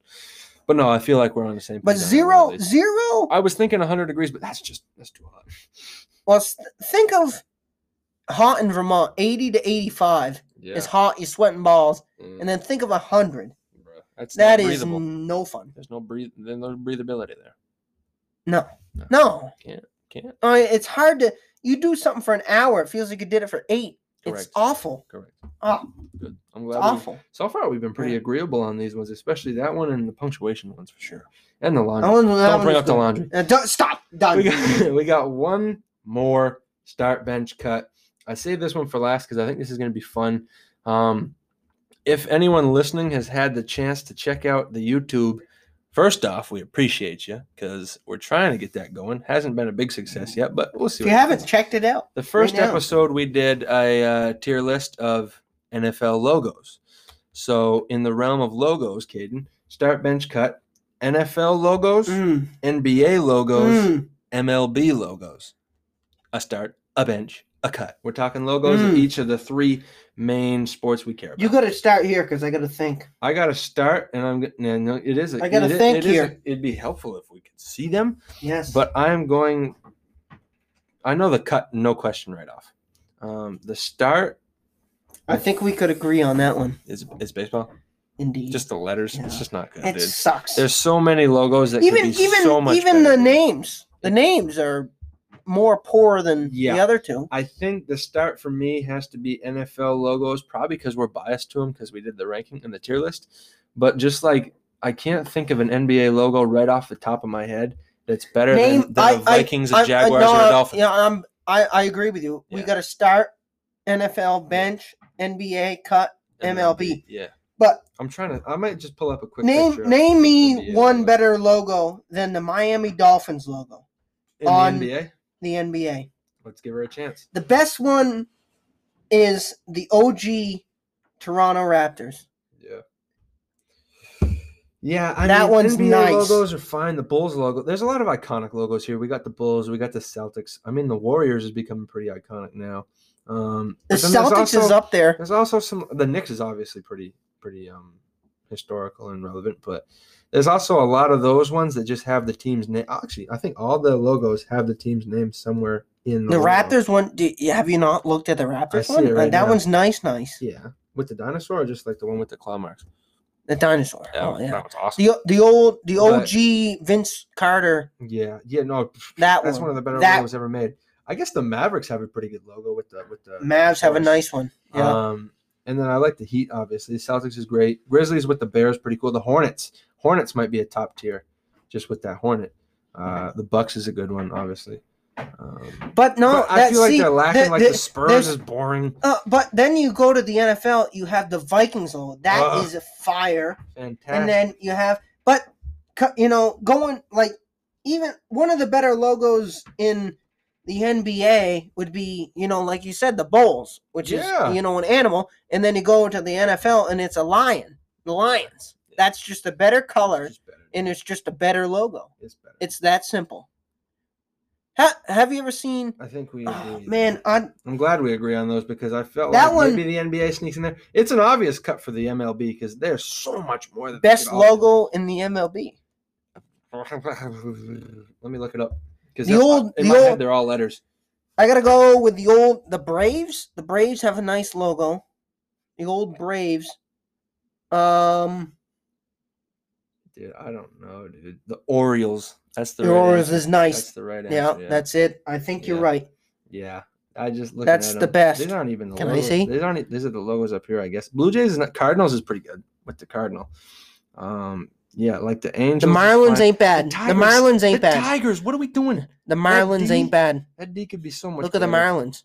B: But no, I feel like we're on the same. page
C: But
B: on that one,
C: zero,
B: at least.
C: zero.
B: I was thinking 100 degrees, but that's just that's too hot.
C: Well, s- think of hot in Vermont, eighty to eighty-five.
B: Yeah,
C: It's hot. You're sweating balls,
B: Mm,
C: and then think of hundred.
B: bruh. that's not
C: That is
B: breathable.
C: no fun.
B: There's no breathe. There's no breathability there.
C: No,
B: No.
C: no.
B: Can't.
C: I mean, it's hard to. You do something for an hour. It feels like you did it for eight.
B: Correct.
C: It's awful.
B: Correct.
C: Oh,
B: Good. I'm glad.
C: it's
B: we-
C: awful.
B: so far, we've been pretty
C: Yeah.
B: agreeable on these ones, especially that one and the punctuation ones for sure, and the
C: I
B: laundry.
C: wouldn't- that
B: Don't
C: one
B: bring
C: was
B: up the
C: good.
B: laundry.
C: Uh, don't stop. Done.
B: we got, [laughs] we got one more start bench cut. I saved this one for last because I think this is going to be fun. Um, if anyone listening has had the chance to check out the YouTube, first off, we appreciate you because we're trying to get that going. Hasn't been a big success yet, but we'll [laughs] see.
C: if you
B: what
C: haven't
B: happens.
C: checked it out,
B: The first
C: now.
B: episode we did a uh, tier list of NFL logos. So in the realm of logos, Caden, start bench cut, NFL logos,
C: Mm,
B: NBA logos,
C: mm.
B: MLB logos. A start, a bench, a cut. Hmm. We're talking logos of
C: Mm.
B: each of the three main sports we care about.
C: you got to start here because I got to think.
B: I got to start, and I'm. g- No, no, it is. a-
C: I gotta
B: it-
C: think
B: it is a-
C: here.
B: it'd be helpful if we could see them,
C: Yes,
B: but I am going. I know the cut, no question, right off. Um, the start
C: I think we could agree on that one.
B: is is baseball.
C: Indeed,
B: Just the letters. It's
C: Yeah.
B: just not good,
C: it
B: dude.
C: sucks.
B: There's so many logos that could
C: even
B: be
C: even
B: so much
C: even the
B: better.
C: names. The names are more poor than
B: Yeah.
C: the other two.
B: I think the start for me has to be NFL logos, probably because we're biased to them because we did the ranking and the tier list. But just like I can't think of an NBA logo right off the top of my head that's better
C: Name-
B: than, than the
C: I- I-
B: Vikings,
C: I- I-
B: and Jaguars,
C: no,
B: or
C: I-
B: the Dolphins.
C: Yeah, I'm, I I agree with you. We
B: Yeah.
C: got to start NFL bench, NBA cut.
B: And
C: MLB.
B: Yeah,
C: But
B: I'm trying to. I might just pull up a quick picture
C: name
B: of
C: name me
B: NBA
C: one
B: logo.
C: better logo than the Miami Dolphins logo.
B: in the
C: on-
B: NBA.
C: The NBA.
B: Let's give her a chance.
C: The best one is the OG Toronto Raptors.
B: Yeah. Yeah, I
C: That
B: mean,
C: one's
B: NBA
C: nice.
B: logos are fine. The Bulls logo. There's a lot of iconic logos here. We got the Bulls. We got the Celtics. I mean, the Warriors is becoming pretty iconic now. Um,
C: The
B: but then there's
C: Celtics
B: also,
C: is up there.
B: There's also some. The Knicks is obviously pretty, pretty um, historical and relevant. But there's also a lot of those ones that just have the team's name. Actually, I think all the logos have the team's name somewhere in the,
C: The
B: logo.
C: Raptors one. Do you, have you not looked at the Raptors
B: see
C: one?
B: it
C: Uh,
B: right
C: that
B: now.
C: one's nice, nice.
B: Yeah, with the dinosaur, or just like the one with the claw marks.
C: The dinosaur.
B: That
C: oh
B: one-
C: yeah.
B: that one's awesome.
C: The the old the
B: But-
C: OG Vince Carter.
B: Yeah, yeah, no,
C: That
B: that's
C: one.
B: one of the better
C: That-
B: logos ever made. I guess the Mavericks have a pretty good logo with the with the
C: Mavs have a
B: stars.
C: nice one. Yeah.
B: Um, and then I like the Heat, obviously. Celtics is great. Grizzlies with the Bears, pretty cool. The Hornets, Hornets might be a top tier, just with that Hornet. Uh, the Bucks is a good one, obviously. Um,
C: but no,
B: but I
C: that,
B: feel like
C: see,
B: they're lacking.
C: the-
B: like
C: the-
B: the Spurs
C: there's-
B: is boring.
C: uh, but then you go to the NFL, you have the Vikings logo. That
B: Ugh.
C: is a fire.
B: Fantastic.
C: And then you have but co- you know, going like even one of the better logos in the NBA would be, you know, like you said, the Bulls, which
B: Yeah.
C: is you know an animal, and then you go to the NFL and it's a lion. The Lions. That's just a better color.
B: It's better.
C: and it's just a better logo.
B: It's better.
C: It's that simple. Ha- have you ever seen?
B: I think we.
C: Oh,
B: agree.
C: man, I,
B: I'm glad we agree on those because I felt
C: That
B: like
C: one-
B: maybe the NBA sneaks in there. It's an obvious cut for the MLB because there's so much more. That they
C: best
B: could offer.
C: logo in the MLB.
B: [laughs] Let me look it up because
C: The old-
B: in
C: the
B: my head
C: old-
B: they're all letters.
C: I gotta go with the old the Braves. The Braves have a nice logo. The old Braves. Um,
B: Dude, I don't know, dude. The Orioles. That's the
C: the
B: right
C: Orioles
B: answer.
C: is nice.
B: That's the right answer.
C: yeah,
B: Yeah,
C: that's it. I think you're
B: Yeah.
C: right.
B: yeah. I just look.
C: That's the best.
B: They're not even. The
C: Can I
B: logos.
C: see?
B: These aren't. These are the logos up here, I guess. Blue Jays is not. Cardinals is pretty good with the Cardinal. Um. Yeah, like the Angels.
C: The
B: is
C: Marlins
B: fine.
C: ain't bad. The,
B: Tigers-
C: Marlins ain't
B: the
C: bad.
B: Tigers. What are we doing?
C: the Marlins
B: D-
C: ain't bad.
B: That D could be so much.
C: Look at the
B: better.
C: Marlins.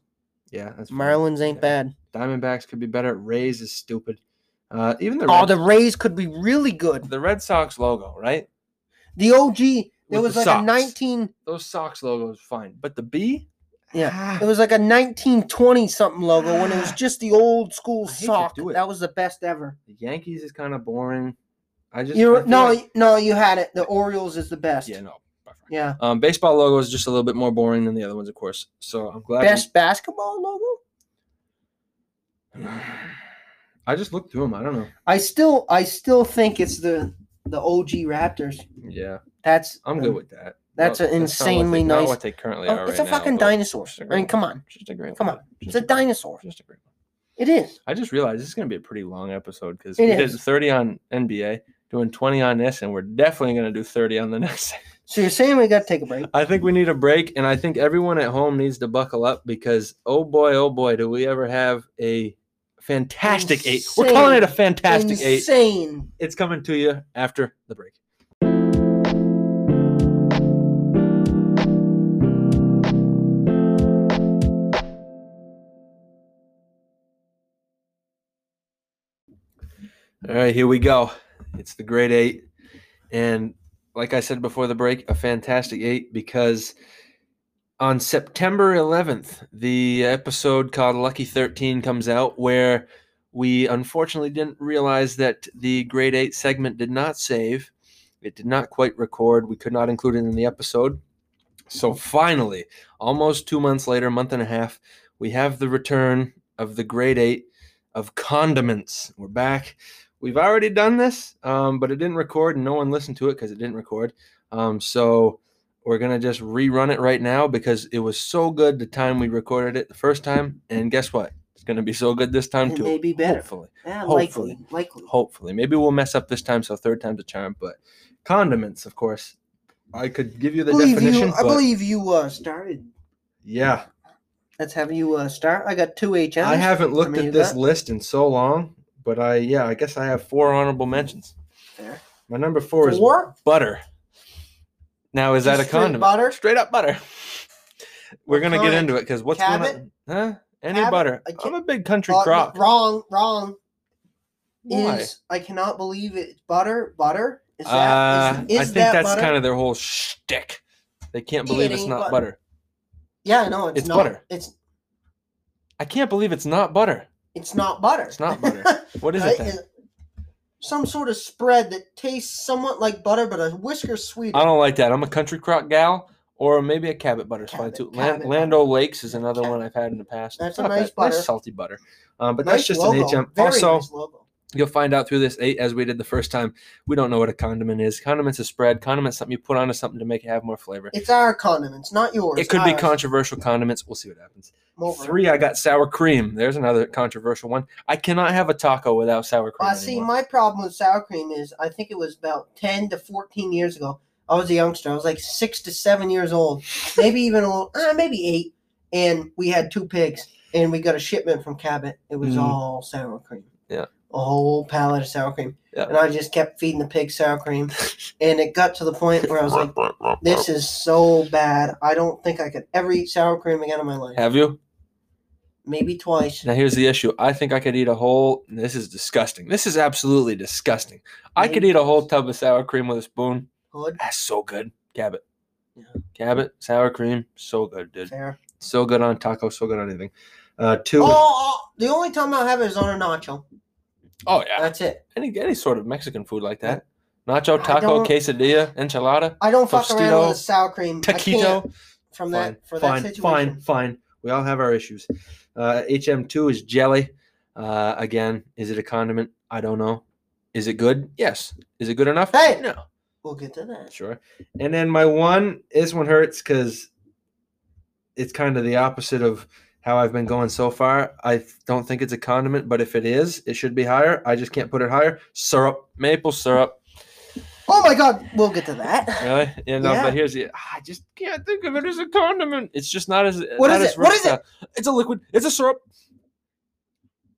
B: Yeah, that's fine.
C: Marlins ain't
B: Yeah.
C: bad.
B: Diamondbacks could be better. Rays is stupid. Uh, even the
C: Oh,
B: Red,
C: the Rays could be really good.
B: the Red Sox logo, right?
C: The OG. There
B: With
C: was
B: the
C: like
B: socks.
C: a 19-
B: Those Sox logos, fine, but the B,
C: Yeah,
B: Ah,
C: It was like a 1920 something logo when it was just the old school
B: I hate to
C: sock.
B: do it.
C: That was the best ever.
B: the Yankees is kind of boring. I just I
C: You
B: feel
C: no,
B: like-
C: y- no, you had it. The Orioles is the best.
B: yeah, no. by far.
C: Yeah.
B: Um, baseball logo is just a little bit more boring than the other ones, of course. So I'm glad. we-
C: Best basketball logo.
B: [sighs] I just looked through them. I don't know.
C: I still, I still think it's the the OG Raptors.
B: Yeah,
C: That's
B: I'm good with that.
C: that's
B: Not-
C: an
B: not what they-
C: insanely
B: not
C: nice-
B: what they currently
C: Oh,
B: are
C: it's
B: right
C: a
B: now,
C: fucking
B: but
C: dinosaur.
B: just
C: I
B: agree
C: mean,
B: with
C: come
B: it.
C: on,
B: Just agree. with
C: Come
B: it.
C: on.
B: Just
C: it's a
B: agree with it.
C: dinosaur.
B: Just agree. with it.
C: It is.
B: I just realized this is going to be a pretty long episode because we
C: It
B: did
C: is.
B: 30 on NBA, doing 20 on this, and we're definitely going to do 30 on the [laughs] next.
C: So you're saying we got to take a
B: [laughs]
C: break?
B: I think we need a break, and I think everyone at home needs to buckle up because oh boy, oh boy, do we ever have a fantastic eight. We're
C: Insane.
B: calling it a fantastic eight.
C: Insane.
B: It's coming to you after the break. All right, here we go. It's the grade eight. And like I said before the break, a fantastic eight because on September 11th, the episode called Lucky 13 comes out where we unfortunately didn't realize that the grade eight segment did not save. It did not quite record. We could not include it in the episode. So finally, almost two months later, month and a half, we have the return of the grade eight of condiments. We're back. We've already done this, um, but it didn't record, and no one listened to it because it didn't record. Um, so we're gonna just rerun it right now because it was so good the time we recorded it the first time, and guess what? It's gonna be so good this time
C: It
B: too.
C: may be better.
B: Hopefully
C: Yeah,
B: Hopefully.
C: likely. Likely.
B: hopefully. Maybe we'll mess up this time, so third time's a charm. But condiments, of course. I could give you
C: I
B: the
C: believe
B: definition.
C: you. I
B: but-
C: believe you uh, started.
B: yeah,
C: Let's have you uh, start. I got two HMs.
B: I haven't looked
C: mean,
B: at this
C: that-
B: list in so long, but I yeah, I guess I have four honorable mentions.
C: Fair.
B: My number four is
C: Four?
B: butter. Now is that a
C: Just straight
B: condiment?
C: butter?
B: Straight up
C: [laughs]
B: butter. We're
C: What
B: gonna get
C: kind?
B: into it because what's
C: Cabot?
B: going on? Huh? Any
C: Cabot?
B: butter?
C: I
B: I'm
C: can't-
B: a big country
C: Uh, no,
B: crock.
C: Wrong. Wrong.
B: Why?
C: is I cannot believe it. Butter, butter. Is
B: uh,
C: that is is
B: I think
C: that
B: that's
C: butter?
B: kind of their whole shtick. They can't
C: It
B: believe it's
C: ain't
B: not
C: butter.
B: butter.
C: yeah, no, it's,
B: it's
C: not.
B: butter.
C: It's
B: I can't believe it's not butter.
C: it's not butter.
B: It's not
C: [laughs]
B: butter. What is
C: Right?
B: it then?
C: It- Some sort of spread that tastes somewhat like butter, but a whisker sweeter.
B: I don't like that. I'm a country crock gal, or maybe a Cabot butter's fine
C: Cabot-
B: too. Land,
C: Cabot
B: Lando Lakes is
C: Yeah,
B: another
C: Cabot.
B: one I've had in the past.
C: That's
B: It's
C: a
B: not
C: nice butter.
B: salty butter. Um, but that's
C: Nice
B: just
C: logo.
B: an HM.
C: Very
B: also,
C: nice logo.
B: you'll find out through this eight as we did the first time. We don't know what a condiment is. Condiment's a spread. Condiment's something you put onto something to make it have more flavor.
C: It's our condiments, not yours.
B: It could be
C: ours.
B: controversial condiments. We'll see what happens.
C: I'm over it.
B: Three, I got sour cream. There's another controversial one. I cannot have a taco without sour cream.
C: Well, see,
B: anymore.
C: my problem with sour cream is I think it was about 10 to 14 years ago. I was a youngster. I was like six to seven years old, maybe even a little, uh, maybe eight. And we had two pigs, and we got a shipment from Cabot. It was
B: Mhm.
C: all sour cream.
B: Yeah.
C: A whole pallet of sour cream.
B: Yeah.
C: And I just kept feeding the pig sour cream. and it got to the point where I was like, this is so bad. I don't think I could ever eat sour cream again in my life.
B: have you?
C: Maybe twice.
B: Now here's the issue. I think I could eat a whole. This is disgusting. This is absolutely disgusting. I could eat a whole tub of sour cream with a spoon.
C: Good.
B: That's so good. Cabot.
C: Yeah.
B: Cabot sour cream, so good, dude.
C: Fair.
B: So good on tacos. So good on anything. Uh, two.
C: Oh,
B: Oh,
C: oh, the only time I'll have it is on a nacho.
B: yeah.
C: That's it.
B: Any any sort of Mexican food like that. Nacho,
C: I
B: taco,
C: don't-
B: quesadilla, enchilada,
C: I don't fuck around
B: Tostito,
C: with the sour cream. I
B: taquito.
C: can't
B: Fine,
C: from that for
B: fine,
C: that situation.
B: fine, fine. We all have our issues. Uh, HM2 is jelly. Uh, again, is it a condiment? I don't know. Is it good? Yes. Is it good enough?
C: Hey!
B: No.
C: We'll get to that.
B: Sure. And then my one, this one hurts because it's kind of the opposite of how I've been going so far. I th- don't think it's a condiment, but if it is, it should be higher. I just can't put it higher. Syrup, maple syrup.
C: Oh my god, we'll get to [laughs] that.
B: Really? You know,
C: Yeah.
B: but here's the I just can't think of it as a condiment. It's just not as
C: What
B: not
C: is
B: as
C: it? What
B: rich
C: is it?
B: a- It's a liquid. It's a syrup.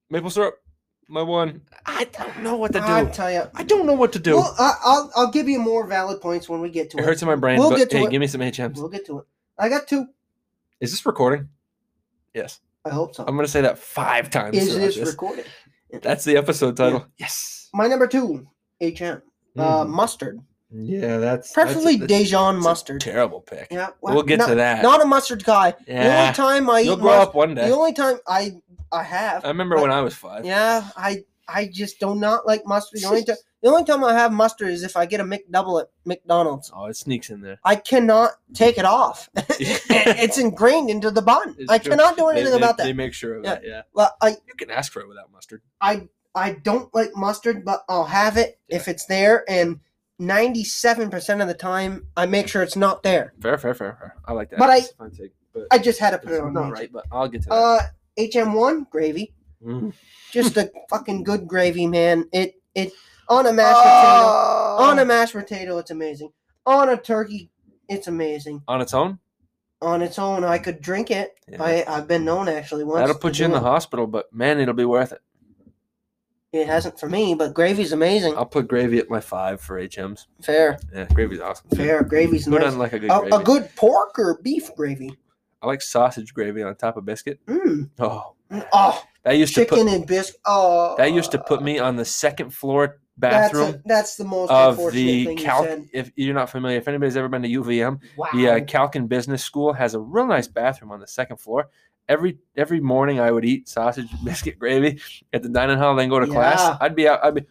B: Maple syrup. My one. I don't know what to do.
C: I tell you.
B: I don't know what to do.
C: Well, I, I'll I'll give you more valid points when we get to
B: it
C: it.
B: hurts in my brain,
C: We'll
B: but
C: get to
B: hey,
C: it.
B: give me some HMs.
C: We'll get to it. I got two.
B: Is this recording? Yes.
C: I hope so.
B: I'm gonna say that five times.
C: Is
B: throughout
C: this
B: this.
C: recorded?
B: That's the episode title. Yes.
C: My number two, HM, uh, mustard,
B: yeah, Mm. that's
C: preferably
B: that's a- that's
C: Dijon
B: a
C: mustard.
B: terrible pick.
C: yeah,
B: We'll get
C: not,
B: to that.
C: Not a mustard guy. The
B: yeah.
C: only time I
B: You'll
C: eat
B: grow
C: mustard.
B: up one day.
C: The only time I I have.
B: I remember
C: but-
B: when I was five.
C: Yeah, I I just do not like mustard.
B: [laughs]
C: The only time the only time I have mustard is if I get a McDouble at McDonald's.
B: Oh, it sneaks in there.
C: I cannot take it off. [laughs]
B: [laughs]
C: it's ingrained into the bun.
B: It's
C: I
B: true.
C: cannot do
B: They,
C: anything
B: they-
C: about
B: they
C: that.
B: make sure of
C: Yeah.
B: that. Yeah.
C: Well, I
B: You can ask for it without mustard.
C: I I don't like mustard, but I'll have it
B: Yeah.
C: if it's there and 97 percent of the time, I make sure it's not there.
B: Fair, fair, fair, fair. I like that.
C: But I-
B: It's a fun take, but
C: I just had to put it
B: it's
C: on.
B: not
C: there.
B: right, but I'll get to that.
C: Uh, HM1 gravy,
B: Mm.
C: just
B: [laughs]
C: a fucking good gravy, man. It it on a mashed
B: Oh,
C: potato. On a mashed potato, it's amazing. On a turkey, it's amazing.
B: on its own,
C: On its own, I could drink it.
B: Yeah.
C: I I've been known actually once.
B: that'll
C: to
B: put you
C: do
B: in the
C: it.
B: hospital, but man, it'll be worth it.
C: It hasn't for me, but gravy's amazing.
B: I'll put gravy at my five for HMs.
C: Fair,
B: Yeah, gravy's awesome. dude.
C: fair. Gravy's
B: Who
C: nice.
B: doesn't like a good
C: A,
B: gravy?
C: a good pork or beef gravy.
B: I like sausage gravy on top of biscuit.
C: Mm.
B: Oh,
C: Mm. Oh,
B: that used to
C: chicken
B: put
C: and biscuit. Oh,
B: that used to put me on the second floor
C: That's, a-
B: bathroom
C: that's the most
B: of
C: unfortunate
B: the
C: thing you
B: Calc.
C: said.
B: If you're not familiar, if anybody's ever been to UVM,
C: Wow.
B: the uh, Calkin Business School has a real nice bathroom on the second floor. Every every morning, I would eat sausage [laughs] biscuit gravy at the dining hall, then go to
C: Yeah.
B: class. I'd be out. I'd be.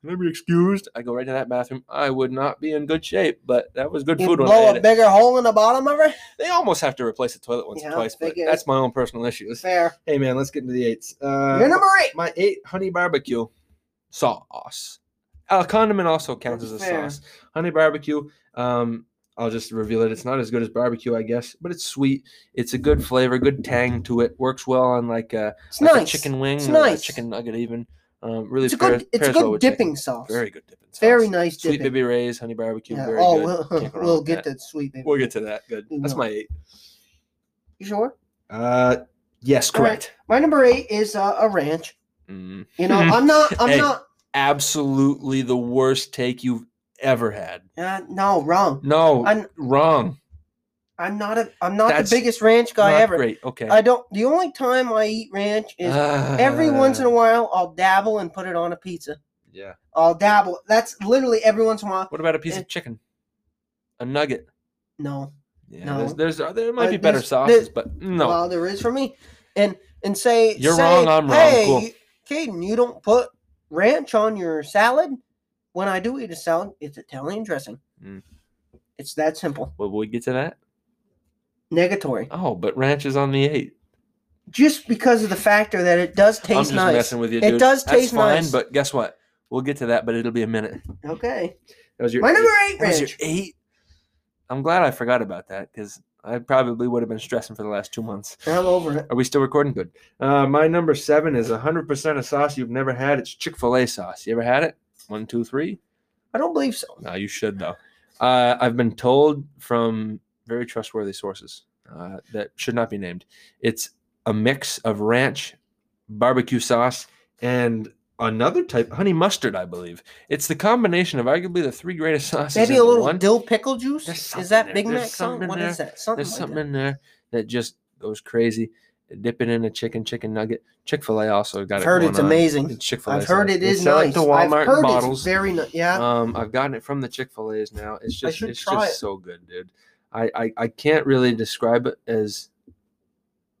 B: Can I be excused? I go right to that bathroom. I would not be in good shape, but that was good
C: you
B: food when I
C: blow
B: ate
C: a
B: it.
C: bigger hole in the bottom of it.
B: They almost have to replace the toilet once
C: Yeah,
B: or twice,
C: they
B: but
C: get-
B: that's my own personal issues.
C: Fair.
B: Hey man, let's get into the eights. Uh,
C: You're number eight.
B: my eight honey barbecue sauce. A condiment also counts as
C: That's
B: a
C: fair.
B: sauce. Honey barbecue. Um, I'll just reveal it. It's not as good as barbecue, I guess, but it's sweet. It's a good flavor, good tang to it. Works well on like a,
C: It's
B: like a
C: nice.
B: chicken wing,
C: It's
B: or
C: nice.
B: a chicken nugget, even. Um, really,
C: It's a
B: pairs-
C: good. It's a
B: pairs well
C: good
B: with chicken.
C: dipping sauce.
B: Very good dipping. Sauce.
C: Very nice
B: Sweet
C: dipping.
B: baby rays, honey barbecue.
C: Yeah.
B: Very
C: Oh,
B: good.
C: we'll, [laughs]
B: Can't go wrong
C: we'll
B: with
C: get
B: that.
C: that sweet baby.
B: We'll get to that. Good.
C: We
B: That's
C: will.
B: my eight.
C: You sure?
B: Uh, yes,
C: All right.
B: correct.
C: My number eight is uh, a ranch.
B: Mm. [laughs]
C: You know,
B: Mhm.
C: I'm not. I'm
B: Hey.
C: not.
B: Absolutely the worst take you've ever had.
C: Uh, no, wrong.
B: No,
C: I'm-
B: wrong.
C: I'm not a. I'm not
B: That's
C: the biggest ranch guy
B: Not
C: ever.
B: Great. Okay.
C: I don't. The only time I eat ranch is every once in
B: Uh.
C: a while. I'll dabble and put it on a pizza.
B: Yeah.
C: I'll dabble. That's literally every once in a while.
B: What about a piece
C: Eh.
B: of chicken? A nugget.
C: No,
B: Yeah.
C: No.
B: There's, there's uh, there might
C: Uh,
B: be better
C: there's-
B: sauces, but no.
C: Well, there is for me. And and say
B: You're
C: say,
B: wrong, I'm wrong,
C: Hey,
B: cool."
C: you- Caden, you don't put ranch on your salad. When I do eat a salad, it's Italian dressing.
B: Mm.
C: It's that simple.
B: Well, we'll get to that.
C: Negatory.
B: Oh, but ranch is on the eight.
C: Just because of the factor that it does
B: I'm
C: taste
B: just
C: nice.
B: messing with you,
C: It
B: dude.
C: does
B: That's
C: taste
B: fine,
C: nice.
B: But guess what? We'll get to that, but it'll be a minute.
C: Okay.
B: That was your
C: My number eight
B: that was your
C: ranch.
B: eight. I'm glad I forgot about that because I probably would have been stressing for the last two months.
C: I'm over it.
B: Are we still recording? Good. Uh, my number seven is 100% a sauce you've never had. It's Chick fil A sauce. You ever had it? One, two, three?
C: I don't believe so.
B: No, you should, though. Uh, I've been told from very trustworthy sources uh, that should not be named. It's a mix of ranch, barbecue sauce, and another type, honey mustard, I believe. It's the combination of arguably the three greatest sauces.
C: Maybe a
B: into
C: little
B: one.
C: dill pickle juice.
B: There's
C: Is
B: something
C: that
B: there.
C: Big
B: There's
C: Mac
B: something
C: something? What is
B: in
C: that? Something
B: There's
C: like
B: something
C: that.
B: in there that just goes crazy. Dip it in a chicken chicken nugget. Chick fil A also got
C: I've
B: it.
C: heard it's amazing.
B: Chick fil A.
C: I've heard it is
B: sell
C: nice.
B: It to Walmart
C: I've
B: in
C: heard it's
B: bottles.
C: very nice. Yeah.
B: um, I've gotten it from the Chick fil A's now. It's
C: I
B: just
C: should
B: it's
C: try
B: just
C: it.
B: so good, dude. I, I I can't really describe it as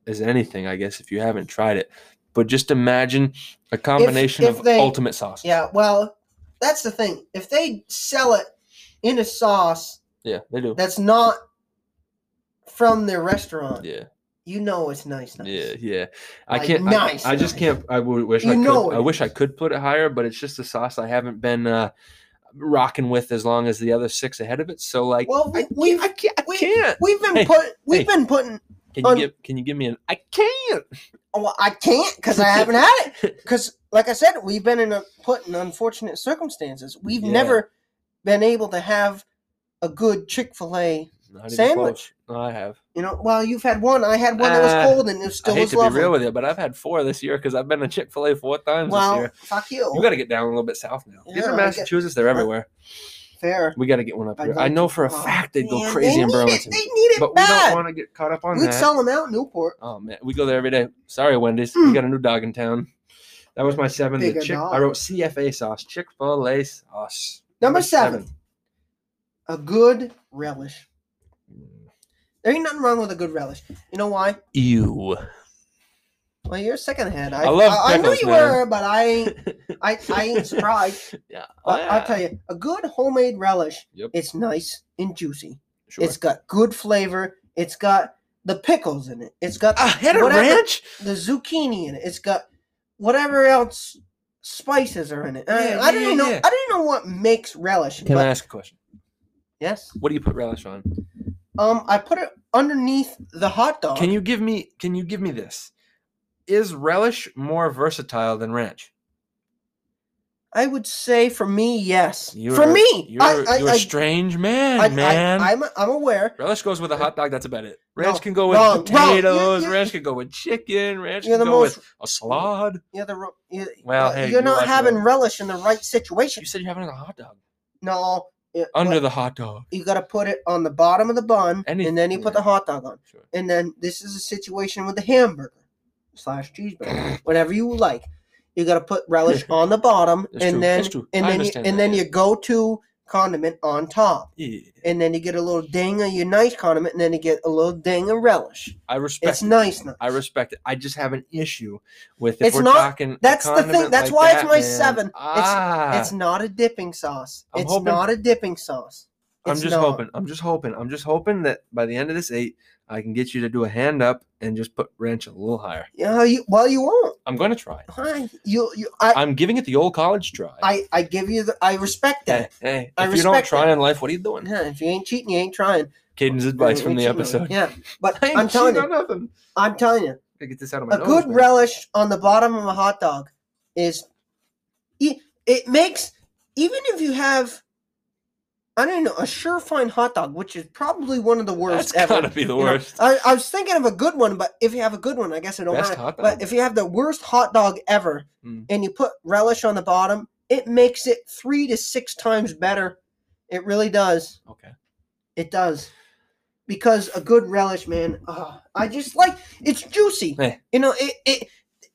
B: as anything. I guess if you haven't tried it, but just imagine a combination
C: if
B: of
C: they-
B: ultimate sauce.
C: Yeah, well, that's the thing. If they sell it in a sauce
B: yeah, they do.
C: that's not from their restaurant,
B: Yeah.
C: you know it's nice. nice.
B: Yeah, yeah. I
C: Like,
B: can't. I-
C: nice,
B: I, just
C: nice.
B: can't. I would wish
C: You
B: I could.
C: know it
B: I wish I
C: is.
B: could put it higher, but it's just a sauce I haven't been uh, rocking with as long as the other six ahead of it. So like,
C: Well,
B: I
C: we, we've,
B: I can't. I
C: we,
B: can't.
C: we've been
B: Hey,
C: put we've
B: hey.
C: been putting.
B: Can you
C: un-
B: give? Can you give me an? I can't.
C: Well, I can't because I haven't had it.
B: [laughs]
C: Because, like I said, we've been in a, put in unfortunate circumstances. We've
B: Yeah.
C: never been able to have a good Chick Fil A.
B: Not even
C: Sandwich.
B: close. No, I have.
C: You know, well, you've had one. I had one that
B: Uh,
C: was cold and it still
B: I hate
C: was
B: to
C: lovely.
B: be real with you, but I've had four this year because I've been to Chick Fil A four times this
C: well,
B: year.
C: fuck you.
B: You got to get down a little bit south now.
C: Yeah,
B: Get
C: I
B: to
C: get-
B: Massachusetts; they're everywhere.
C: Fair.
B: We got to get one up
C: I'd
B: here. I
C: like
B: know
C: to-
B: for a
C: oh,
B: fact they'd go
C: man,
B: crazy
C: they
B: in
C: need it-
B: Burlington,
C: They need it
B: but we
C: bad.
B: don't want to get caught up on
C: We'd
B: that.
C: sell them out in Newport.
B: Oh man, we go there every day. Sorry, Wendy's, we got a new dog in town. That was my seven. The
C: Bigger
B: Chick-
C: dog.
B: I wrote CFA sauce, Chick Fil A sauce.
C: Number seven. A good relish. There ain't nothing wrong with a good relish. You know why?
B: Ew.
C: Well, you're sick in the head. I,
B: I love
C: I, I knew
B: pickles,
C: you
B: man.
C: were, but I ain't, I,
B: [laughs]
C: I ain't
B: [laughs]
C: surprised.
B: Oh, Yeah.
C: But I'll tell you, a good homemade relish.
B: Yep.
C: It's nice and juicy.
B: Sure.
C: It's got good flavor. It's got the pickles in it. It's got
B: a head of
C: whatever-
B: ranch.
C: the zucchini in it. It's got whatever else spices are in it. I-
B: Yeah,
C: I, don't
B: yeah,
C: even know.
B: yeah.
C: I don't even know what makes relish.
B: Can
C: but-
B: I ask a question?
C: Yes.
B: What do you put relish on?
C: Um, I put it underneath the hot dog.
B: Can you give me? Can you give me this? Is relish more versatile than ranch?
C: I would say for me, yes.
B: You're,
C: for me,
B: you're,
C: I, I,
B: you're a
C: I,
B: strange man,
C: I, I,
B: man.
C: am I'm aware.
B: relish goes with a hot dog. That's about it. Ranch
C: No,
B: can go with
C: wrong, wrong. You're-
B: potatoes.
C: you're-
B: ranch can go with chicken. Ranch
C: You're
B: can
C: the
B: go
C: most.
B: with a salad.
C: You're the. ro- You're,
B: Well,
C: uh,
B: hey,
C: you're
B: you
C: not
B: like
C: having
B: relish.
C: relish in the right situation.
B: You said you're having a hot dog
C: No. it-
B: under
C: what-
B: the hot dog.
C: you got to put it on the bottom of the bun,
B: Anything,
C: and then you put the
B: yeah.
C: hot dog on.
B: Sure.
C: and then this is a situation with the hamburger slash
B: [laughs]
C: cheeseburger, whatever you like. You gotta put relish on the bottom,
B: That's
C: and
B: true,
C: then
B: that's true.
C: and
B: I
C: then you,
B: understand
C: and
B: that,
C: then
B: yeah.
C: you go to condiment on top,
B: Yeah.
C: and then you get a little ding of your nice condiment, and then you get a little ding of relish.
B: I respect.
C: it's nice, nice.
B: I respect it. I just have an issue with if
C: It's
B: we're
C: not-
B: talking. a
C: that's the thing.
B: condiment
C: That's
B: like
C: why it's
B: that,
C: my
B: man.
C: seven. It's-
B: Ah,
C: It's not a dipping sauce.
B: I'm
C: it's
B: hoping-
C: not a dipping sauce.
B: I'm
C: It's
B: just
C: not.
B: hoping. I'm just hoping. I'm just hoping that by the end of this eight, I can get you to do a hand up and just put ranch a little higher.
C: Yeah, you, well, you won't.
B: I'm going to try.
C: Hi, you, you. I,
B: I'm giving it the old college try.
C: I, I give you. The, I respect
B: hey,
C: that.
B: hey,
C: I
B: if you don't
C: respect
B: try in life, what are you doing?
C: Yeah, if you ain't cheating, you ain't trying.
B: Caden's advice
C: Yeah,
B: from
C: we
B: the
C: cheated. [laughs]
B: episode.
C: Yeah, but
B: [laughs] I ain't
C: I'm telling
B: cheating
C: you,
B: on nothing.
C: I'm telling you,
B: I get this out of my
C: a good
B: nose, man.
C: relish on the bottom of a hot dog is e- it makes even if you have I don't know a sure fine hot dog, which is probably one of the worst
B: That's
C: ever.
B: gotta be the
C: you know.
B: worst.
C: I, I was thinking of a good one, but if you have a good one, I guess it don't
B: Best
C: matter.
B: hot
C: But
B: dog.
C: if you have the worst hot dog ever,
B: Mm.
C: and you put relish on the bottom, it makes it three to six times better. It really does.
B: okay.
C: It does. Because a good relish, man, ah, I just like it's juicy.
B: Eh.
C: You know, it, it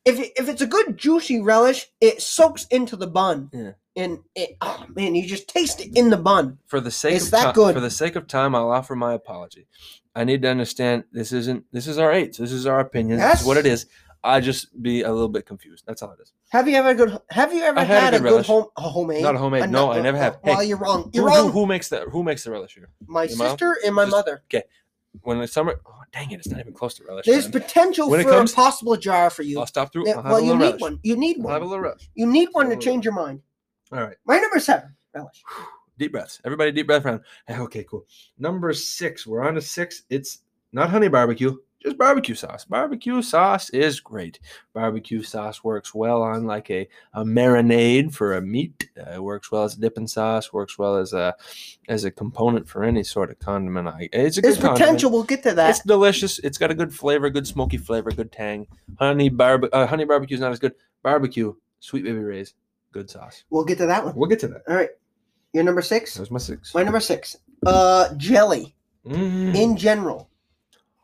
C: if it, if it's a good juicy relish, it soaks into the bun.
B: Yeah.
C: And it oh man, you just taste it in the bun.
B: For the sake
C: It's
B: of
C: that
B: ti-
C: good.
B: for the sake of time, I'll offer my apology. I need to understand this isn't this is our eights. This is our opinions. This is what it is. I just be a little bit confused. That's all it is.
C: Have you ever good have you ever
B: I had a
C: had, a
B: good
C: good,
B: relish.
C: home a homemade?
B: Not a homemade.
C: A
B: No,
C: nut-
B: I never have.
C: Well,
B: Hey,
C: you're wrong.
B: Who,
C: You're
B: who,
C: wrong.
B: who makes the who makes the relish here?
C: my
B: your mom?
C: sister and my
B: Just-
C: mother.
B: When the summer, oh dang it, it's not even close to relish.
C: There's
B: time.
C: potential
B: When it
C: for
B: comes-
C: a possible jar for you.
B: I'll stop through.
C: Yeah,
B: I'll have
C: well,
B: a
C: you
B: little
C: need
B: relish.
C: one. You need
B: I'll have a
C: one.
B: little relish.
C: You need one to
B: I'll-
C: change your mind.
B: All right,
C: My number seven, relish.
B: deep breaths. Everybody, deep breath round. [laughs] Hey, Okay, cool. Number six. We're on to six. It's not honey barbecue, just barbecue sauce. Barbecue sauce is great. Barbecue sauce works well on like a, a marinade for a meat. Uh, it works well as a dipping sauce. Works well as a as a component for any sort of condiment. I, it's a good
C: There's
B: condiment.
C: potential. We'll get to that.
B: It's delicious. It's got a good flavor, good smoky flavor, good tang. Honey barbe- uh, honey barbecue is not as good. Barbecue, sweet baby rays, good sauce.
C: We'll get to that one.
B: We'll get to that.
C: All right. Your number six?
B: That was my six.
C: My number six. Uh jelly
B: Mm.
C: in general.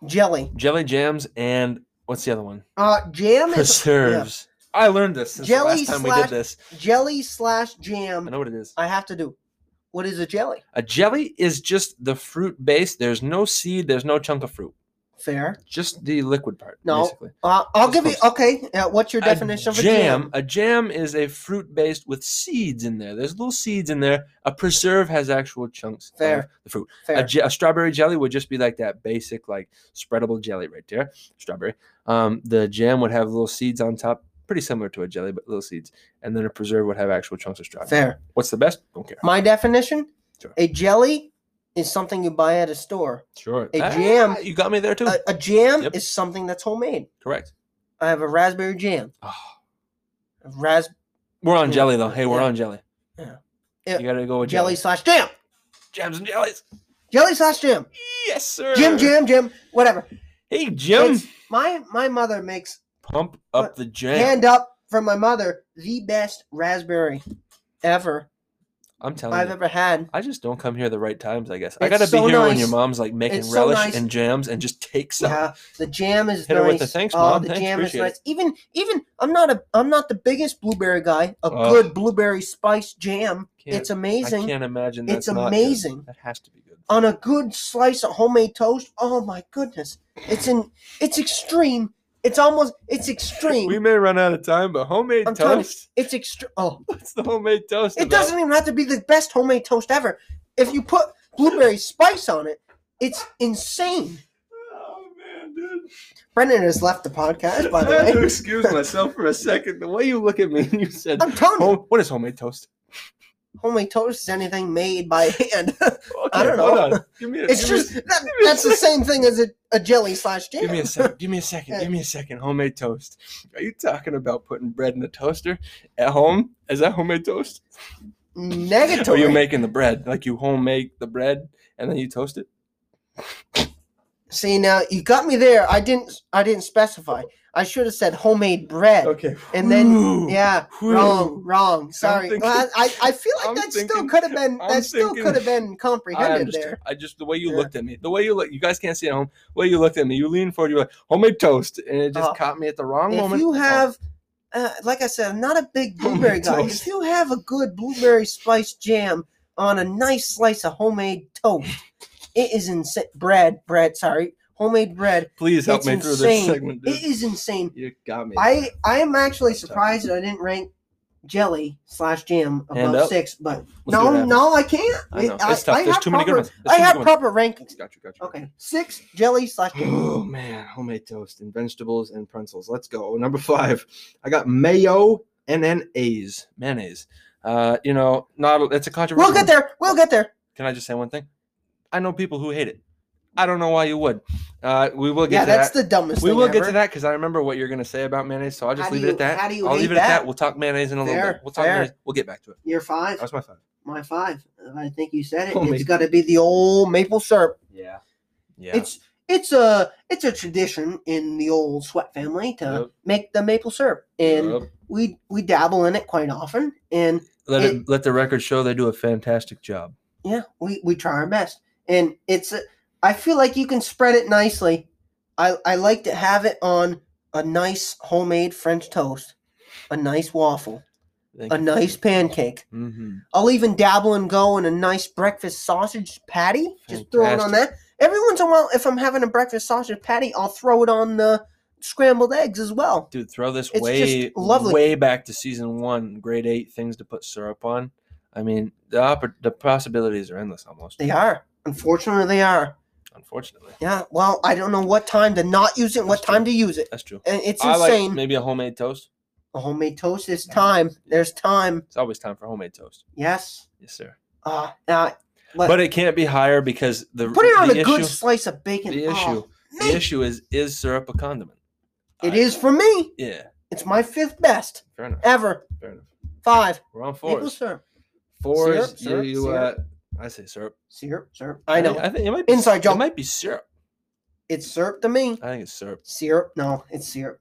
C: Jelly.
B: Jelly jams and what's the other one?
C: Uh jam is
B: Preserves. I learned this since
C: Jelly
B: the last time we
C: slash-
B: did this.
C: [laughs] jelly slash
B: I
C: jam.
B: know what it is.
C: I have to do. What is a jelly?
B: A jelly is just the fruit base. There's no seed. There's no chunk of fruit.
C: Fair.
B: Just the liquid part.
C: No.
B: Basically.
C: Uh, I'll
B: Just
C: give you
B: close.
C: okay. Uh, what's your definition
B: a
C: for
B: jam,
C: jam?
B: A jam is a fruit based with seeds in there. There's little seeds in there. A preserve has actual chunks of
C: Fair.
B: the fruit. A,
C: Fair.
B: je- a strawberry jelly would just be like that basic, like spreadable jelly right there. Strawberry. Um, the jam would have little seeds on top, pretty similar to a jelly, but little seeds. And then a preserve would have actual chunks of strawberry.
C: Fair.
B: What's the best? Don't care.
C: My definition?
B: Sure.
C: A jelly is something you buy at a store.
B: Sure.
C: A jam-
B: Ah, You got me there too.
C: A, a jam
B: Yep.
C: is something that's homemade.
B: Correct.
C: I have a raspberry jam.
B: Oh,
C: A ras-
B: we're on
C: Yeah.
B: jelly though. Hey, we're
C: Yeah.
B: on jelly.
C: Yeah.
B: You gotta go with
C: jelly
B: jelly.
C: slash jam.
B: Jams and jellies.
C: Jelly slash jam.
B: Yes, sir.
C: Jam jam jam. Whatever.
B: Hey, Jim.
C: It's- my my mother makes
B: Pump
C: up
B: up the jam.
C: hand up from my mother the best raspberry ever
B: I'm telling
C: I've
B: you.
C: ever had.
B: I just don't come here the right times, I guess. I
C: It's
B: gotta
C: so
B: be here when
C: nice.
B: your mom's like making
C: It's so
B: relish
C: nice.
B: and jams and just take some.
C: Yeah, the jam is
B: Hit her
C: nice.
B: with the thanks,
C: oh,
B: Mom.
C: the
B: Thanks,
C: jam is
B: appreciate it.
C: nice. Even even I'm not a I'm not the biggest blueberry guy. A
B: Ugh.
C: good blueberry spice jam,
B: Can't-
C: it's
B: I
C: amazing.
B: can't imagine that's
C: It's
B: not good.
C: amazing.
B: That has to be good.
C: On a good slice of homemade toast, oh my goodness, it's in it's extreme. It's almost it's extreme.
B: We may run out of time, but homemade
C: I'm telling you.
B: toast. [laughs]
C: it's extreme. Oh,
B: What's the homemade toast?
C: It
B: about?
C: doesn't even have to be the best homemade toast ever. If you put blueberry spice on it, it's insane.
B: Oh man, dude.
C: Brendan has left the podcast, by
B: I
C: the
B: had to [laughs]
C: way.
B: excuse myself for a second. The way you look at me [laughs] and you said,
C: I'm telling you,
B: home, what is homemade toast?
C: homemade toast is anything made by
B: [laughs]
C: hand.
B: Okay,
C: I don't know.
B: Hold on. Give me a,
C: It's
B: give me a-
C: just that, that's the same thing as a, a jelly slash jam.
B: Give me a sec. Give me a second.
C: [laughs]
B: Give me a second. Homemade toast. Are you talking about putting bread in the toaster at home? Is that homemade toast?
C: Negatory.
B: Or Oh, you making the bread? Like you home make the bread and then you toast it?
C: See now you got me there. I didn't I didn't specify. I should have said homemade bread.
B: Okay.
C: And then-
B: Whew.
C: Yeah.
B: Whew.
C: Wrong, wrong. Sorry.
B: thinking-
C: Well, I, I feel like
B: I'm
C: that still
B: thinking-
C: could have been
B: I'm
C: that still
B: thinking-
C: could have been
B: I
C: comprehended
B: understand.
C: there.
B: I just the way you
C: Yeah.
B: looked at me, the way you look, you guys can't see it at home. The way you looked at me, you leaned forward, you were like homemade toast, and it just
C: Uh,
B: caught me at the wrong
C: If
B: moment.
C: you
B: That's all.
C: have, uh, like I said, I'm not a
B: [laughs]
C: big
B: Homemade
C: blueberry guy.
B: Oh, toast.
C: If you have a good blueberry spice jam on a nice slice of homemade toast, it is insane. Bread, bread. Sorry, homemade bread.
B: please help
C: it's
B: me through this
C: insane.
B: segment, dude.
C: It is insane.
B: you got me.
C: I I am actually surprised that I didn't rank jelly slash jam
B: Hand
C: above
B: up.
C: six, but
B: Let's see what
C: no,
B: happens.
C: no, I can't.
B: I know.
C: I-
B: It's tough.
C: I
B: There's
C: have
B: too many good
C: proper-
B: ones. There's
C: I
B: too many
C: have
B: good ones.
C: proper rankings.
B: Got you, got you.
C: Okay, six
B: [gasps]
C: jelly slash jam.
B: Oh man, homemade toast and vegetables and pretzels. Let's go. Number five, I got mayo and then A's mayonnaise. Uh, you know, not it's a controversial.
C: We'll get there. We'll get there.
B: Can I just say one thing? I know people who hate it. I don't know why you would. Uh, we will get
C: Yeah,
B: to
C: that's
B: that.
C: the dumbest.
B: we
C: thing
B: will get
C: ever.
B: to that because I remember what you're going to say about mayonnaise. So I'll just
C: How do
B: leave it
C: you-
B: at that.
C: how do you
B: I'll
C: hate
B: leave it at
C: that?
B: that. We'll talk mayonnaise in a little
C: Fair,
B: bit. We'll talk
C: fair.
B: mayonnaise. We'll get back to it.
C: You're five.
B: That's my five.
C: My five. I think you said it.
B: Oh,
C: It's
B: maple.
C: got to be the old maple syrup.
B: Yeah. Yeah.
C: It's it's a it's a tradition in the old sweat family to
B: Yep.
C: make the maple syrup, and
B: Yup.
C: we we dabble in it quite often, and
B: let it,
C: it-
B: let the record show they do a fantastic job.
C: yeah, we we try our best, and it's a, I feel like you can spread it nicely. I I like to have it on a nice homemade French toast, a nice waffle,
B: Thank
C: a
B: you.
C: nice pancake.
B: Mm-hmm.
C: I'll even dabble and go in a nice breakfast sausage patty. Just throw it on that.
B: Fantastic.
C: Every once in a while, if I'm having a breakfast sausage patty, I'll throw it on the scrambled eggs as well.
B: Dude, throw this
C: It's
B: way
C: just lovely.
B: way back to season one, grade eight things to put syrup on. I mean, the oppor- the possibilities are endless almost.
C: They are. Unfortunately, they are.
B: Unfortunately,
C: Yeah. Well, I don't know what time to not use it and what
B: That's
C: time
B: true.
C: to use it.
B: that's true.
C: And it's
B: I like
C: insane.
B: maybe a homemade toast.
C: a homemade toast is time. There's time.
B: It's always time for homemade toast.
C: Yes.
B: Yes, sir.
C: Uh, uh, but,
B: But it can't be higher because the
C: put it on a
B: the
C: good
B: issue-
C: slice of bacon.
B: the issue.
C: Oh,
B: The issue is is syrup a condiment?
C: it is for me.
B: Yeah,
C: It's my fifth best
B: fair enough.
C: ever.
B: Fair enough.
C: Five.
B: We're on
C: Maple
B: fours.
C: syrup.
B: Fours.
C: Syrup, syrup,
B: you, you uh, I say syrup.
C: Syrup, syrup. I know.
B: I, think it might be
C: Inside joke.
B: It might be syrup.
C: It's syrup to me.
B: I think it's syrup.
C: Syrup. No, it's syrup.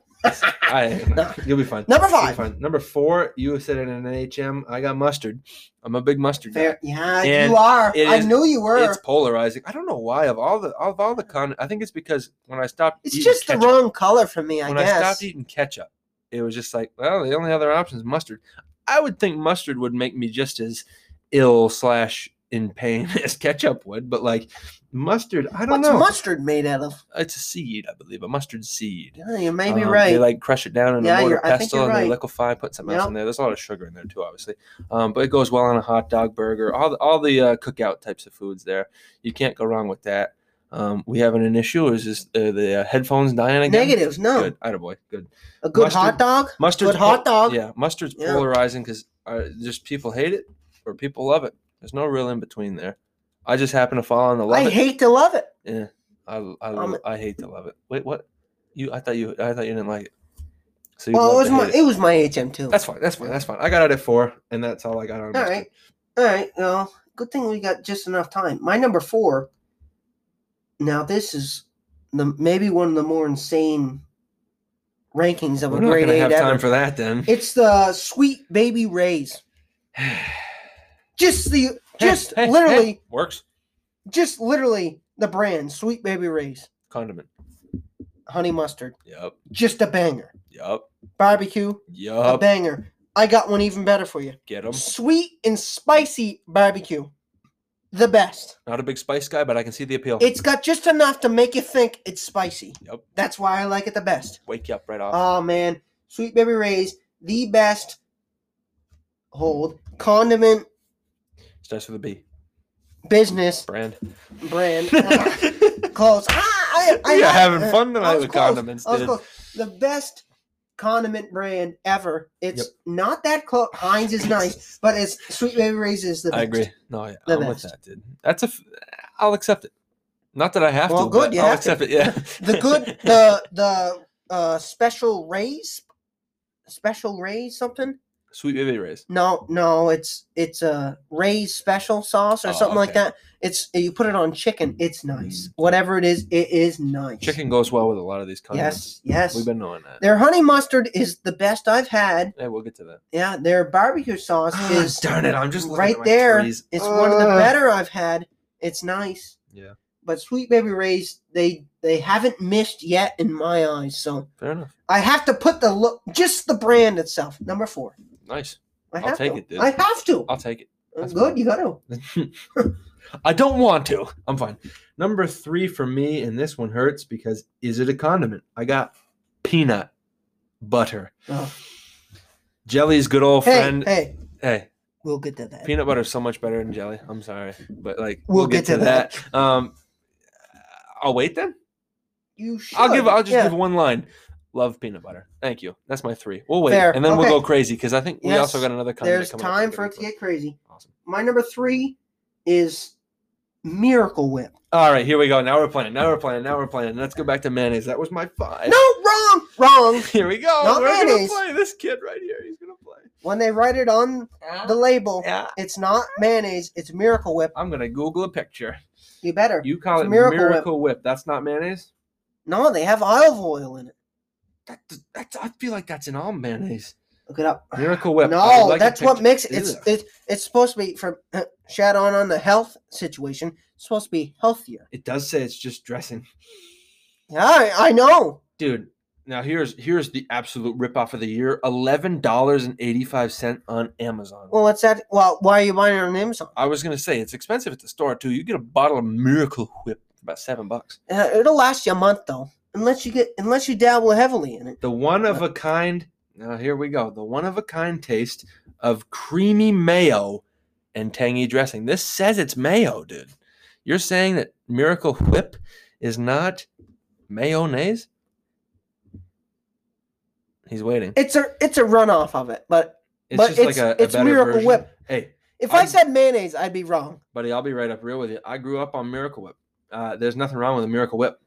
B: I,
C: [laughs] No.
B: You'll be fine.
C: Number
B: You'll be
C: five.
B: fine. Number four. You said it in an HM. I got mustard. I'm a big mustard guy.
C: Fair. Yeah,
B: And
C: you are.
B: it
C: I
B: is-
C: knew you were.
B: It's
C: It's,
B: polarizing. I don't know why. Of all the of all the con, I think it's because when I stopped, eating
C: just
B: ketchup,
C: the wrong color for me, I
B: when
C: guess.
B: I stopped eating ketchup, it was just like, well, the only other option is mustard. I would think mustard would make me just as ill slash in pain [laughs] as ketchup would, but like mustard, I don't
C: What's
B: know.
C: mustard made out of?
B: it's a seed, I believe, a mustard seed.
C: Yeah, you may be
B: Um,
C: right.
B: They like crush it down in
C: Yeah,
B: a mortar
C: you're- I think
B: pestle
C: you're
B: and they
C: right.
B: liquefy, put something else
C: Yep.
B: in there. There's a lot of sugar in there too, obviously. Um, but it goes well on a hot dog burger. All the, all the uh, cookout types of foods there. You can't go wrong with that. Um, we having an issue? Is this uh, the uh, headphones dying again?
C: Negatives. No.
B: Good. Attaboy. Good.
C: A good
B: Mustard-
C: hot dog.
B: Mustard's
C: Oh. Good hot dog.
B: Yeah, mustard's
C: Yeah.
B: polarizing because uh, just people hate it or people love it. There's no real in between there. I just happen to fall on the love
C: I
B: it.
C: hate to love it.
B: Yeah, I I,
C: Um,
B: I hate to love it. Wait, what? You? I thought you I thought you didn't like it. So you
C: Well, it
B: love
C: was
B: to
C: my
B: hate
C: it. was my HM too.
B: That's fine. That's fine. That's fine. I got it at four, and that's all I got on.
C: all
B: mustard.
C: right. All right. Well, good thing we got just enough time. My number four. Now this is the maybe one of the more insane rankings of
B: We're
C: a
B: not
C: grade
B: gonna
C: eight
B: have
C: ever.
B: time for that then. [sighs]
C: It's the sweet baby rays. Just the
B: [laughs]
C: just
B: Hey, hey,
C: literally
B: hey, works
C: just literally the brand sweet baby rays
B: condiment.
C: honey mustard.
B: Yup.
C: Just a banger.
B: Yup.
C: Barbecue a
B: Yup.
C: banger. I got one even better for you.
B: Get them.
C: Sweet and spicy barbecue. The best.
B: Not a big spice guy, but I can see the appeal.
C: It's got just enough to make you think it's spicy.
B: Yup.
C: That's why I like it the best.
B: Wake you up right off.
C: Oh man, sweet baby rays the best hold condiment
B: Starts with a B.
C: business [laughs]
B: Brand. [laughs]
C: brand. Close. Ah, I, I
B: we are
C: had-
B: having fun
C: I
B: tonight
C: was
B: with
C: close.
B: condiments,
C: I was
B: dude.
C: close. The best condiment brand ever. It's
B: Yep.
C: not that close. Heinz is nice, but it's Sweet Baby Ray's is the best.
B: I agree. No, yeah,
C: The
B: I'm with
C: best.
B: that, dude. That's a. F- I'll accept it. Not that I have to.
C: Well, good,
B: but
C: you
B: I'll
C: have to.
B: accept it. Yeah.
C: [laughs] The good
B: [laughs]
C: the the uh special Ray's special Ray's something?
B: Sweet baby rays.
C: No, no, it's it's a Ray's special sauce or
B: Oh,
C: something like
B: okay. Mm.
C: that. It's you put it on chicken. It's nice. Whatever it is, it is nice.
B: Chicken goes well with a lot of these condiments.
C: Yes, yes.
B: We've been knowing that.
C: Their honey mustard is the best I've had.
B: Yeah, we'll get to that.
C: Yeah, their barbecue sauce
B: Ah,
C: is
B: darn it! I'm just looking
C: right
B: at my
C: there.
B: trees.
C: It's one of the
B: Ah.
C: better I've had. It's nice.
B: Yeah.
C: But Sweet Baby Ray's, they they haven't missed yet in my eyes. So
B: Fair enough.
C: I have to put the look, just the brand itself, number four.
B: Nice.
C: I
B: I'll
C: have
B: take
C: to.
B: it, dude.
C: I have to.
B: I'll take it. that's
C: Good,
B: fine.
C: you got to.
B: [laughs] I don't want to. I'm fine. Number three for me, and this one hurts because is it a condiment? I got peanut butter.
C: Oh.
B: Jelly's good old
C: Hey,
B: friend.
C: hey,
B: hey,
C: we'll get to that.
B: peanut butter is so much better than jelly. I'm sorry, but like
C: We'll get to
B: Um, I'll wait then.
C: you should.
B: I'll give. I'll just
C: yeah.
B: give one line. Love peanut butter. Thank you. That's my three. We'll wait,
C: Fair.
B: and then we'll
C: Okay.
B: go crazy because I think we
C: Yes,
B: also got another. condiment
C: There's
B: coming up
C: time
B: that
C: for
B: we're
C: it to
B: gonna
C: get crazy.
B: put- Awesome.
C: My number three is Miracle Whip.
B: All right, here we go. Now we're playing. Now we're playing. Now we're playing. Let's go back to mayonnaise. That was my five.
C: No, wrong,
B: [laughs]
C: wrong.
B: Here we go.
C: Not
B: we're
C: mayonnaise.
B: gonna play this kid right here. He's gonna play.
C: When they write it on the label,
B: Yeah.
C: it's not mayonnaise, it's Miracle Whip.
B: I'm gonna Google a picture.
C: You better.
B: You call
C: It's
B: it
C: Miracle
B: Miracle,
C: Whip.
B: Whip. That's not mayonnaise.
C: No, they have olive oil in it.
B: That, that's, I feel like that's in all mayonnaise.
C: Look it up.
B: Miracle Whip. I
C: No,
B: would like a
C: that's what
B: picture.
C: makes it. It's
B: Ugh.
C: it's it's supposed to be from [clears throat] shout on on the health situation. It's supposed to be healthier.
B: It does say it's just dressing,
C: Yeah, I, I know.
B: dude. Now here's here's the absolute ripoff of the year: eleven dollars and eighty five cent on Amazon.
C: Well, what's that? Well, why are you buying it on Amazon?
B: I was gonna say it's expensive at the store too. You get a bottle of Miracle Whip for about seven bucks.
C: Uh, it'll last you a month though, unless you get unless you dabble heavily in it.
B: The one of a kind. Now here we go. The one of a kind taste of creamy mayo and tangy dressing. This says it's mayo, dude. You're saying that Miracle Whip is not mayonnaise? He's waiting.
C: It's a it's a runoff of it, but
B: It's
C: but
B: just
C: it's
B: like a, a
C: it's
B: better
C: Miracle
B: version.
C: Whip.
B: Hey,
C: If i
B: I'm-
C: said mayonnaise, I'd be wrong.
B: buddy, I'll be right up real with you. I grew up on Miracle Whip. Uh, there's nothing wrong with a Miracle Whip.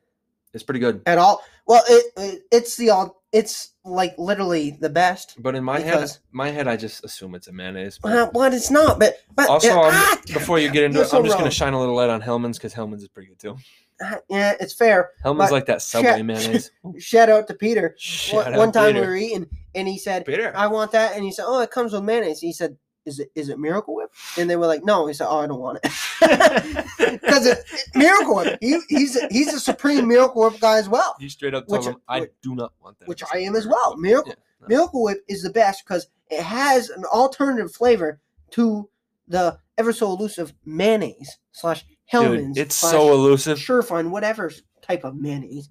B: It's pretty good.
C: at all. Well, it, it it's the all. It's like literally the best.
B: But in my
C: Because-
B: head, my head, I just assume it's a mayonnaise. but-
C: Uh, but it's not. But but
B: Also,
C: yeah,
B: I'm-
C: ah,
B: Before you get into
C: You're
B: it,
C: so
B: I'm just
C: wrong.
B: gonna shine a little light on Hellman's because Hellman's is pretty good too.
C: ah, yeah, it's fair.
B: Hellman's
C: But
B: like that Subway
C: shit-
B: mayonnaise. Ooh,
C: Shout out to Peter.
B: shout
C: one
B: out
C: one time we
B: Peter.
C: were eating, and he said, [laughs]
B: Peter.
C: "I want that," and he said, "Oh, it comes with mayonnaise." He said, "Is it is it Miracle Whip?" And they were like, "No." He said, "Oh, I don't want it [laughs] because it, Miracle Whip. He, he's a, he's a supreme Miracle Whip guy as well,
B: you straight up told
C: Which-
B: him I
C: which-
B: do not want that.
C: which
B: It's
C: I
B: not
C: am as
B: Miracle
C: well.
B: Whip."
C: Miracle
B: Yeah, no.
C: Miracle Whip is the best because it has an alternative flavor to the ever so elusive mayonnaise slash Hellman's.
B: Dude, it's
C: slash
B: so elusive.
C: surefine whatever type of mayonnaise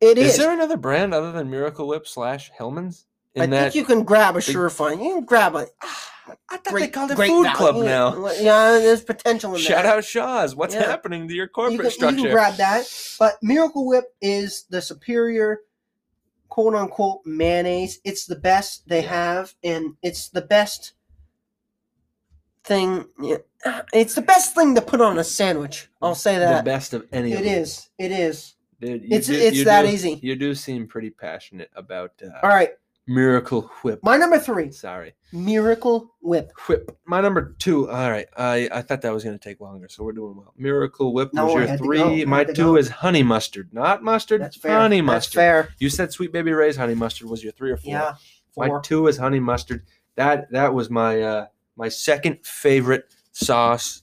C: it is.
B: Is there another brand other than Miracle Whip slash Hellman's? In
C: I
B: that,
C: think you can grab a
B: Big-
C: surefine. You can grab a
B: [sighs] I thought they
C: great-
B: called it
C: great
B: Food
C: value.
B: Club
C: Yeah,
B: now.
C: well, Yeah, there's potential in
B: Shout
C: that.
B: out Shaw's. What's
C: Yeah.
B: happening to your
C: you
B: corporate
C: can,
B: structure?
C: You can grab that. But Miracle Whip is the superior quote unquote mayonnaise. It's the best they
B: Yeah.
C: have, and it's the best thing. It's the best thing to put on a sandwich. I'll say
B: the
C: that.
B: best of any.
C: It
B: of them.
C: is. It is.
B: Dude, you
C: It's-
B: do-
C: it's
B: you
C: that
B: do-
C: easy.
B: You do seem pretty passionate about uh,
C: All right.
B: Miracle Whip.
C: My number three
B: Sorry.
C: Miracle Whip.
B: Whip. My number two. All right. I, I thought that was going to take longer, so we're doing well. Miracle Whip
C: No,
B: was
C: I
B: your
C: had to go. I
B: three.
C: had
B: My
C: to
B: two
C: go.
B: is honey mustard. Not mustard,
C: That's fair.
B: honey
C: That's
B: mustard.
C: fair.
B: You said Sweet Baby Ray's honey mustard was your three or four.
C: Yeah.
B: My
C: Four.
B: two is honey mustard. That that was my uh my second favorite sauce.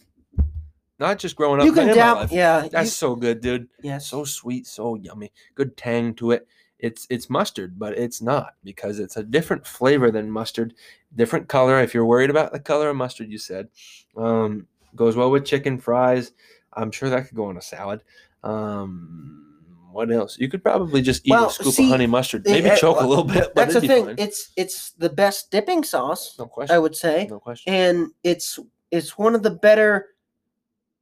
B: Not just growing up,
C: You
B: but
C: can
B: in my
C: dab.
B: life.
C: Yeah. you-
B: That's so good, dude.
C: yes.
B: so sweet, so yummy, good tang to it. It's it's mustard, but it's not because it's a different flavor than mustard, different color. If you're worried about the color of mustard, you said um, goes well with chicken fries. I'm sure that could go on a salad. Um, what else? You could probably just eat
C: Well,
B: a scoop
C: see,
B: of honey mustard.
C: it-
B: Maybe
C: it-
B: choke a little [laughs] bit. But
C: eh, That's the
B: it'd be
C: thing.
B: fine.
C: It's it's the best dipping sauce.
B: no question.
C: I would say.
B: no question.
C: and it's it's one of the better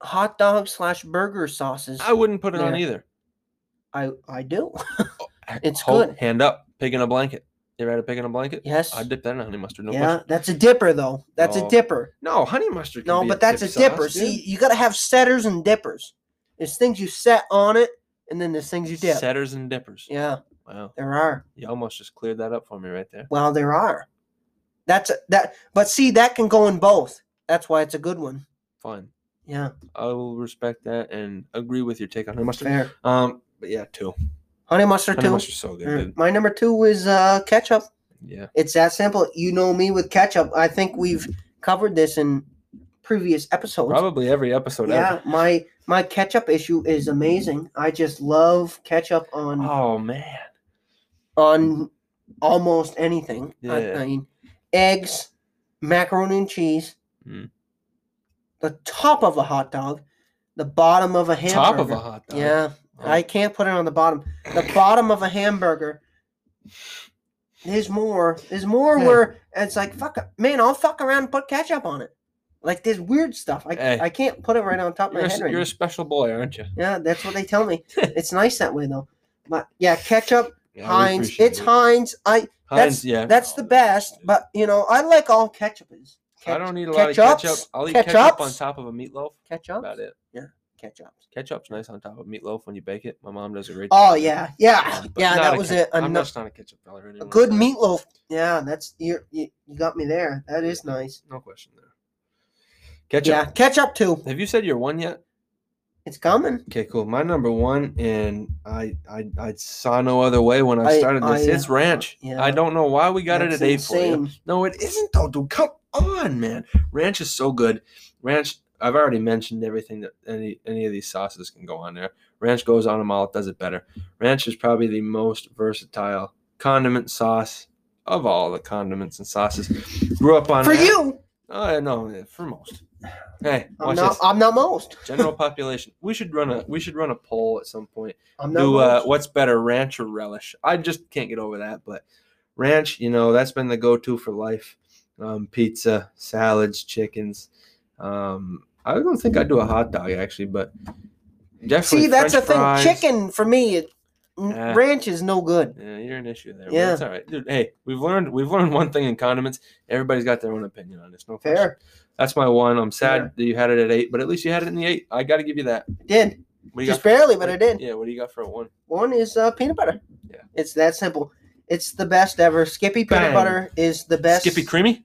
C: hot dog slash burger sauces.
B: I wouldn't put it on
C: Yeah.
B: either.
C: I
B: [laughs]
C: I do. It's
B: Hold-
C: good.
B: Hand up, pig in a blanket. You ever had a pig in a blanket?
C: Yes.
B: I dip that in honey mustard. No
C: yeah,
B: question.
C: that's a dipper though. That's
B: No.
C: a dipper.
B: No, honey mustard. Can
C: No,
B: Oh, be
C: but that's a
B: dip
C: dipper.
B: sauce, dude.
C: See, you gotta have setters and dippers. There's things you set on it, and then there's things you dip.
B: setters and dippers.
C: yeah,
B: Wow,
C: there are.
B: you almost just cleared that up for me right there.
C: Well, there are. That's a, that. But see, that can go in both. That's why it's a good one.
B: Fine,
C: Yeah,
B: I will respect that and agree with your take on honey mustard.
C: fair.
B: Um, but yeah, two.
C: Honey mustard
B: Honey
C: too.
B: mustard's so good,
C: Mm.
B: dude.
C: My number two is uh, ketchup.
B: Yeah,
C: It's that simple. You know me with ketchup. I think we've covered this in previous episodes.
B: probably every episode.
C: Yeah,
B: Ever.
C: my my ketchup issue is amazing. I just love ketchup on
B: Oh man.
C: on almost anything. I,
B: Yeah.
C: I mean, eggs, macaroni and cheese,
B: Mm.
C: the top of a hot dog, the bottom of a hamburger.
B: Top of a hot dog.
C: Yeah,
B: Oh.
C: I can't put it on the bottom. The bottom of a hamburger. There's more. There's more
B: Yeah.
C: where it's like fuck, it, man. I'll fuck around and put ketchup on it. Like there's weird stuff. I
B: Hey.
C: I can't put it right on top of
B: You're
C: my
B: a,
C: head.
B: s-
C: Right
B: you're
C: now.
B: a special boy, aren't you?
C: Yeah, that's what they
B: [laughs]
C: tell me. it's nice that way though. But yeah, ketchup,
B: Yeah, we
C: Heinz.
B: appreciate
C: It's
B: it.
C: Heinz. I
B: Heinz,
C: that's-
B: yeah.
C: that's the best. But you know, I like all ketchup is.
B: I
C: Ketch-
B: don't need a lot
C: ketchups,
B: of ketchup. I'll eat ketchup on
C: ketchups,
B: top of a meatloaf.
C: Ketchup.
B: About it.
C: Ketchups.
B: Ketchup's nice on top of meatloaf when you bake it. My mom does a great.
C: Oh
B: job.
C: yeah, [laughs] yeah,
B: Um, but
C: yeah.
B: not
C: That
B: a
C: was
B: ke-
C: it.
B: I'm
C: Ano-
B: just not a ketchup feller
C: A
B: anymore.
C: good
B: so
C: meatloaf. Yeah, that's you. You got me there. That is nice.
B: No question there. Ketchup.
C: Yeah, ketchup too.
B: Have you said your one yet?
C: It's coming.
B: Okay, cool. My number one, and I, I, I saw no other way when I
C: I-
B: started this.
C: I- uh,
B: it's ranch.
C: yeah.
B: I don't know why we got
C: That's
B: it at eight for you.
C: insane.
B: No, it isn't though, dude. Come on, man. Ranch is so good. Ranch. I've already mentioned everything that any any of these sauces can go on there. Ranch goes on them all. It does it better. Ranch is probably the most versatile condiment sauce of all the condiments and sauces. Grew up on
C: For
B: that.
C: you,
B: Oh yeah, no, for most. Hey,
C: I'm
B: watch
C: not.
B: this.
C: I'm not most.
B: General population. We should run a we should run a poll at some point.
C: I'm not.
B: Do uh,
C: most.
B: what's better, ranch or relish? I just can't get over that. But ranch, you know, that's been the go-to for life. Um, pizza, salads, chickens. Um, I don't think I'd do a hot dog actually, but definitely.
C: See, that's the
B: French
C: thing.
B: fries.
C: Chicken for me, it, n-
B: Yeah.
C: ranch is no good.
B: Yeah, you're an issue there.
C: Yeah.
B: Yeah, it's all right, dude. Hey, we've learned we've learned one thing in condiments. Everybody's got their own opinion on this. No question.
C: Fair.
B: That's my one. I'm sad
C: Fair.
B: that you had it at eight, but at least you had it in the eight. I got to give you that.
C: I did
B: What do you
C: just
B: got?
C: barely, but
B: what-
C: I did.
B: Yeah, what do you got for a one?
C: One is uh, peanut butter.
B: Yeah.
C: It's that simple. It's the best ever. Skippy peanut
B: Bang.
C: butter is the best.
B: Skippy creamy.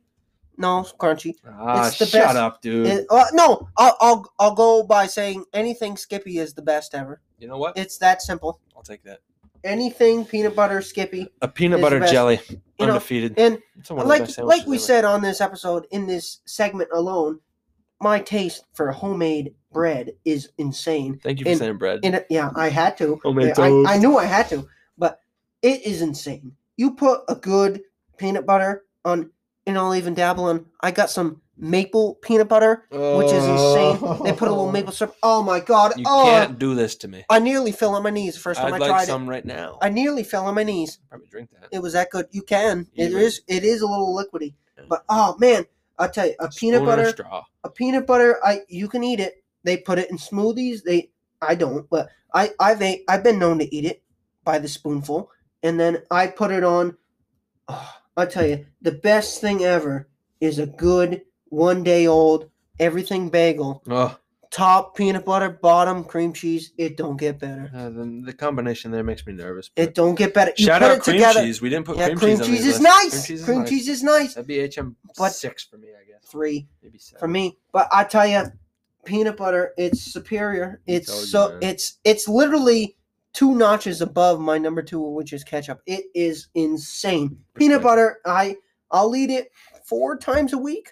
C: No, it's crunchy.
B: Ah,
C: It's the
B: shut
C: best.
B: up, dude.
C: It- uh, no, I'll, I'll I'll go by saying anything Skippy is the best ever.
B: you know what?
C: It's that simple.
B: I'll take that.
C: Anything peanut butter Skippy.
B: A peanut
C: It's the
B: butter
C: best.
B: jelly,
C: You know,
B: undefeated.
C: and
B: It's one of the
C: like
B: best sandwiches
C: like we
B: ever.
C: said on this episode in this segment alone my taste for homemade bread is insane
B: Thank you for
C: in-
B: saying bread.
C: and yeah i had to
B: Homemade
C: I,
B: toast.
C: I knew i had to but it is insane you put a good peanut butter on and i'll even dabble in i got some maple peanut butter which is insane they put a little maple syrup oh my god
B: [laughs] You
C: oh
B: can't do this to me.
C: i nearly fell on my knees the first
B: I'd
C: time i
B: like
C: tried
B: some right now.
C: it i nearly fell on my knees
B: probably drink that.
C: it was that good. You can.
B: You
C: It
B: can.
C: is. It is a little liquidy,
B: Yeah.
C: but oh man, I tell you, a peanut
B: Spoon or a
C: butter,
B: straw.
C: a peanut butter. I you can eat it. They put it in smoothies. They I don't, but I I've ate, I've been known to eat it by the spoonful, and then I put it on. [sighs] Oh, I tell you, the best thing ever is a good one day old everything bagel.
B: Oh,
C: Top peanut butter, bottom cream cheese. It don't get better.
B: uh, the, the combination there makes me nervous. but-
C: It don't get better. You
B: Shout
C: put
B: out
C: it
B: cream
C: together.
B: cheese. We didn't put
C: Yeah,
B: cream,
C: cream
B: cheese,
C: cheese
B: on these
C: is
B: lists.
C: nice.
B: Cream cheese
C: Cream
B: is nice.
C: cheese is nice.
B: That'd be HM
C: But-
B: six for me, I guess.
C: Three.
B: Maybe seven.
C: for me. But I tell you, peanut butter, it's superior. It's
B: Told you,
C: so
B: man.
C: it's it's literally two notches above my number two, which is ketchup. It is insane. Peanut
B: Respect.
C: butter, I I'll eat it four times a week,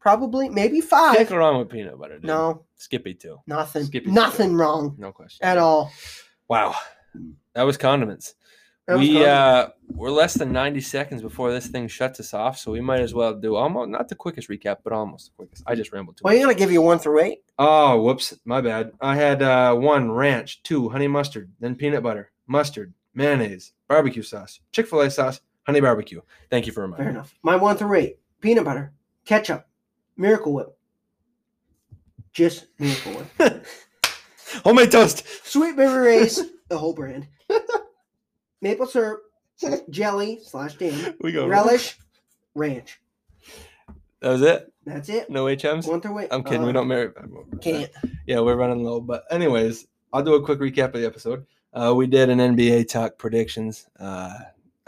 C: probably maybe
B: Can't
C: five.
B: go wrong with peanut butter. Dude.
C: No,
B: Skippy too.
C: nothing,
B: Skip it.
C: nothing wrong
B: No question
C: at all.
B: Wow, that was condiments.
C: That was
B: we
C: good.
B: uh, we're less than ninety seconds before this thing shuts us off, so we might as well do almost not the quickest recap, but almost the quickest. I just rambled too.
C: well,
B: much.
C: you're gonna give you one through eight.
B: Oh, whoops, my bad. I had uh, one ranch, two honey mustard, then peanut butter, mustard, mayonnaise, barbecue sauce, Chick Fil A sauce, honey barbecue. Thank you for reminding.
C: Fair
B: me.
C: enough. My one through eight: peanut butter, ketchup, Miracle Whip, just Miracle Whip.
B: Homemade toast.
C: Sweet Baby Ray's the whole brand. Maple syrup, jelly slash jam,
B: We go
C: relish, ranch.
B: That was it.
C: That's it.
B: No HMs.
C: Going through it.
B: Mm. I'm kidding. we
C: Uh,
B: don't marry.
C: Can't.
B: yeah, we're running low. But anyways, I'll do a quick recap of the episode. Uh, we did an NBA talk predictions. Uh,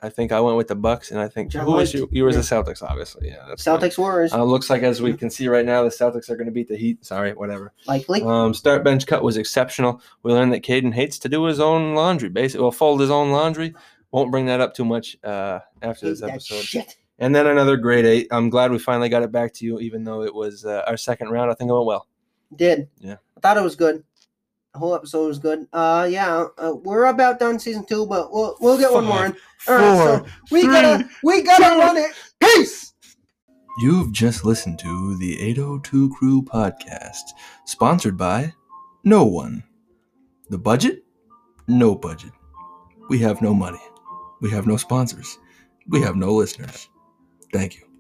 B: I think I went with the Bucks, and I think
C: John
B: who was
C: liked-
B: you? You was
C: yeah.
B: the Celtics, obviously. Yeah, that's fine.
C: Celtics Warriors,
B: Uh, looks like as we can see right now, the Celtics are going to beat the Heat. Sorry, whatever.
C: likely.
B: Um, start bench cut was exceptional. We learned that Caden hates to do his own laundry, basically, well, fold his own laundry. Won't bring that up too much uh, after
C: Hate
B: this
C: that
B: episode.
C: shit.
B: And then another grade eight. I'm glad we finally got it back to you, even though it was uh, our second round. I think it went well.
C: Did.
B: Yeah.
C: I thought it was good. The whole episode was good. Uh, yeah. Uh, we're about done season two, but we'll we'll get one more in. All right, so we
B: three,
C: gotta we gotta
B: two,
C: run it. Peace.
B: You've just listened to the 802 Crew podcast, sponsored by no one. The budget? No budget. We have no money. We have no sponsors. We have no listeners. Thank you.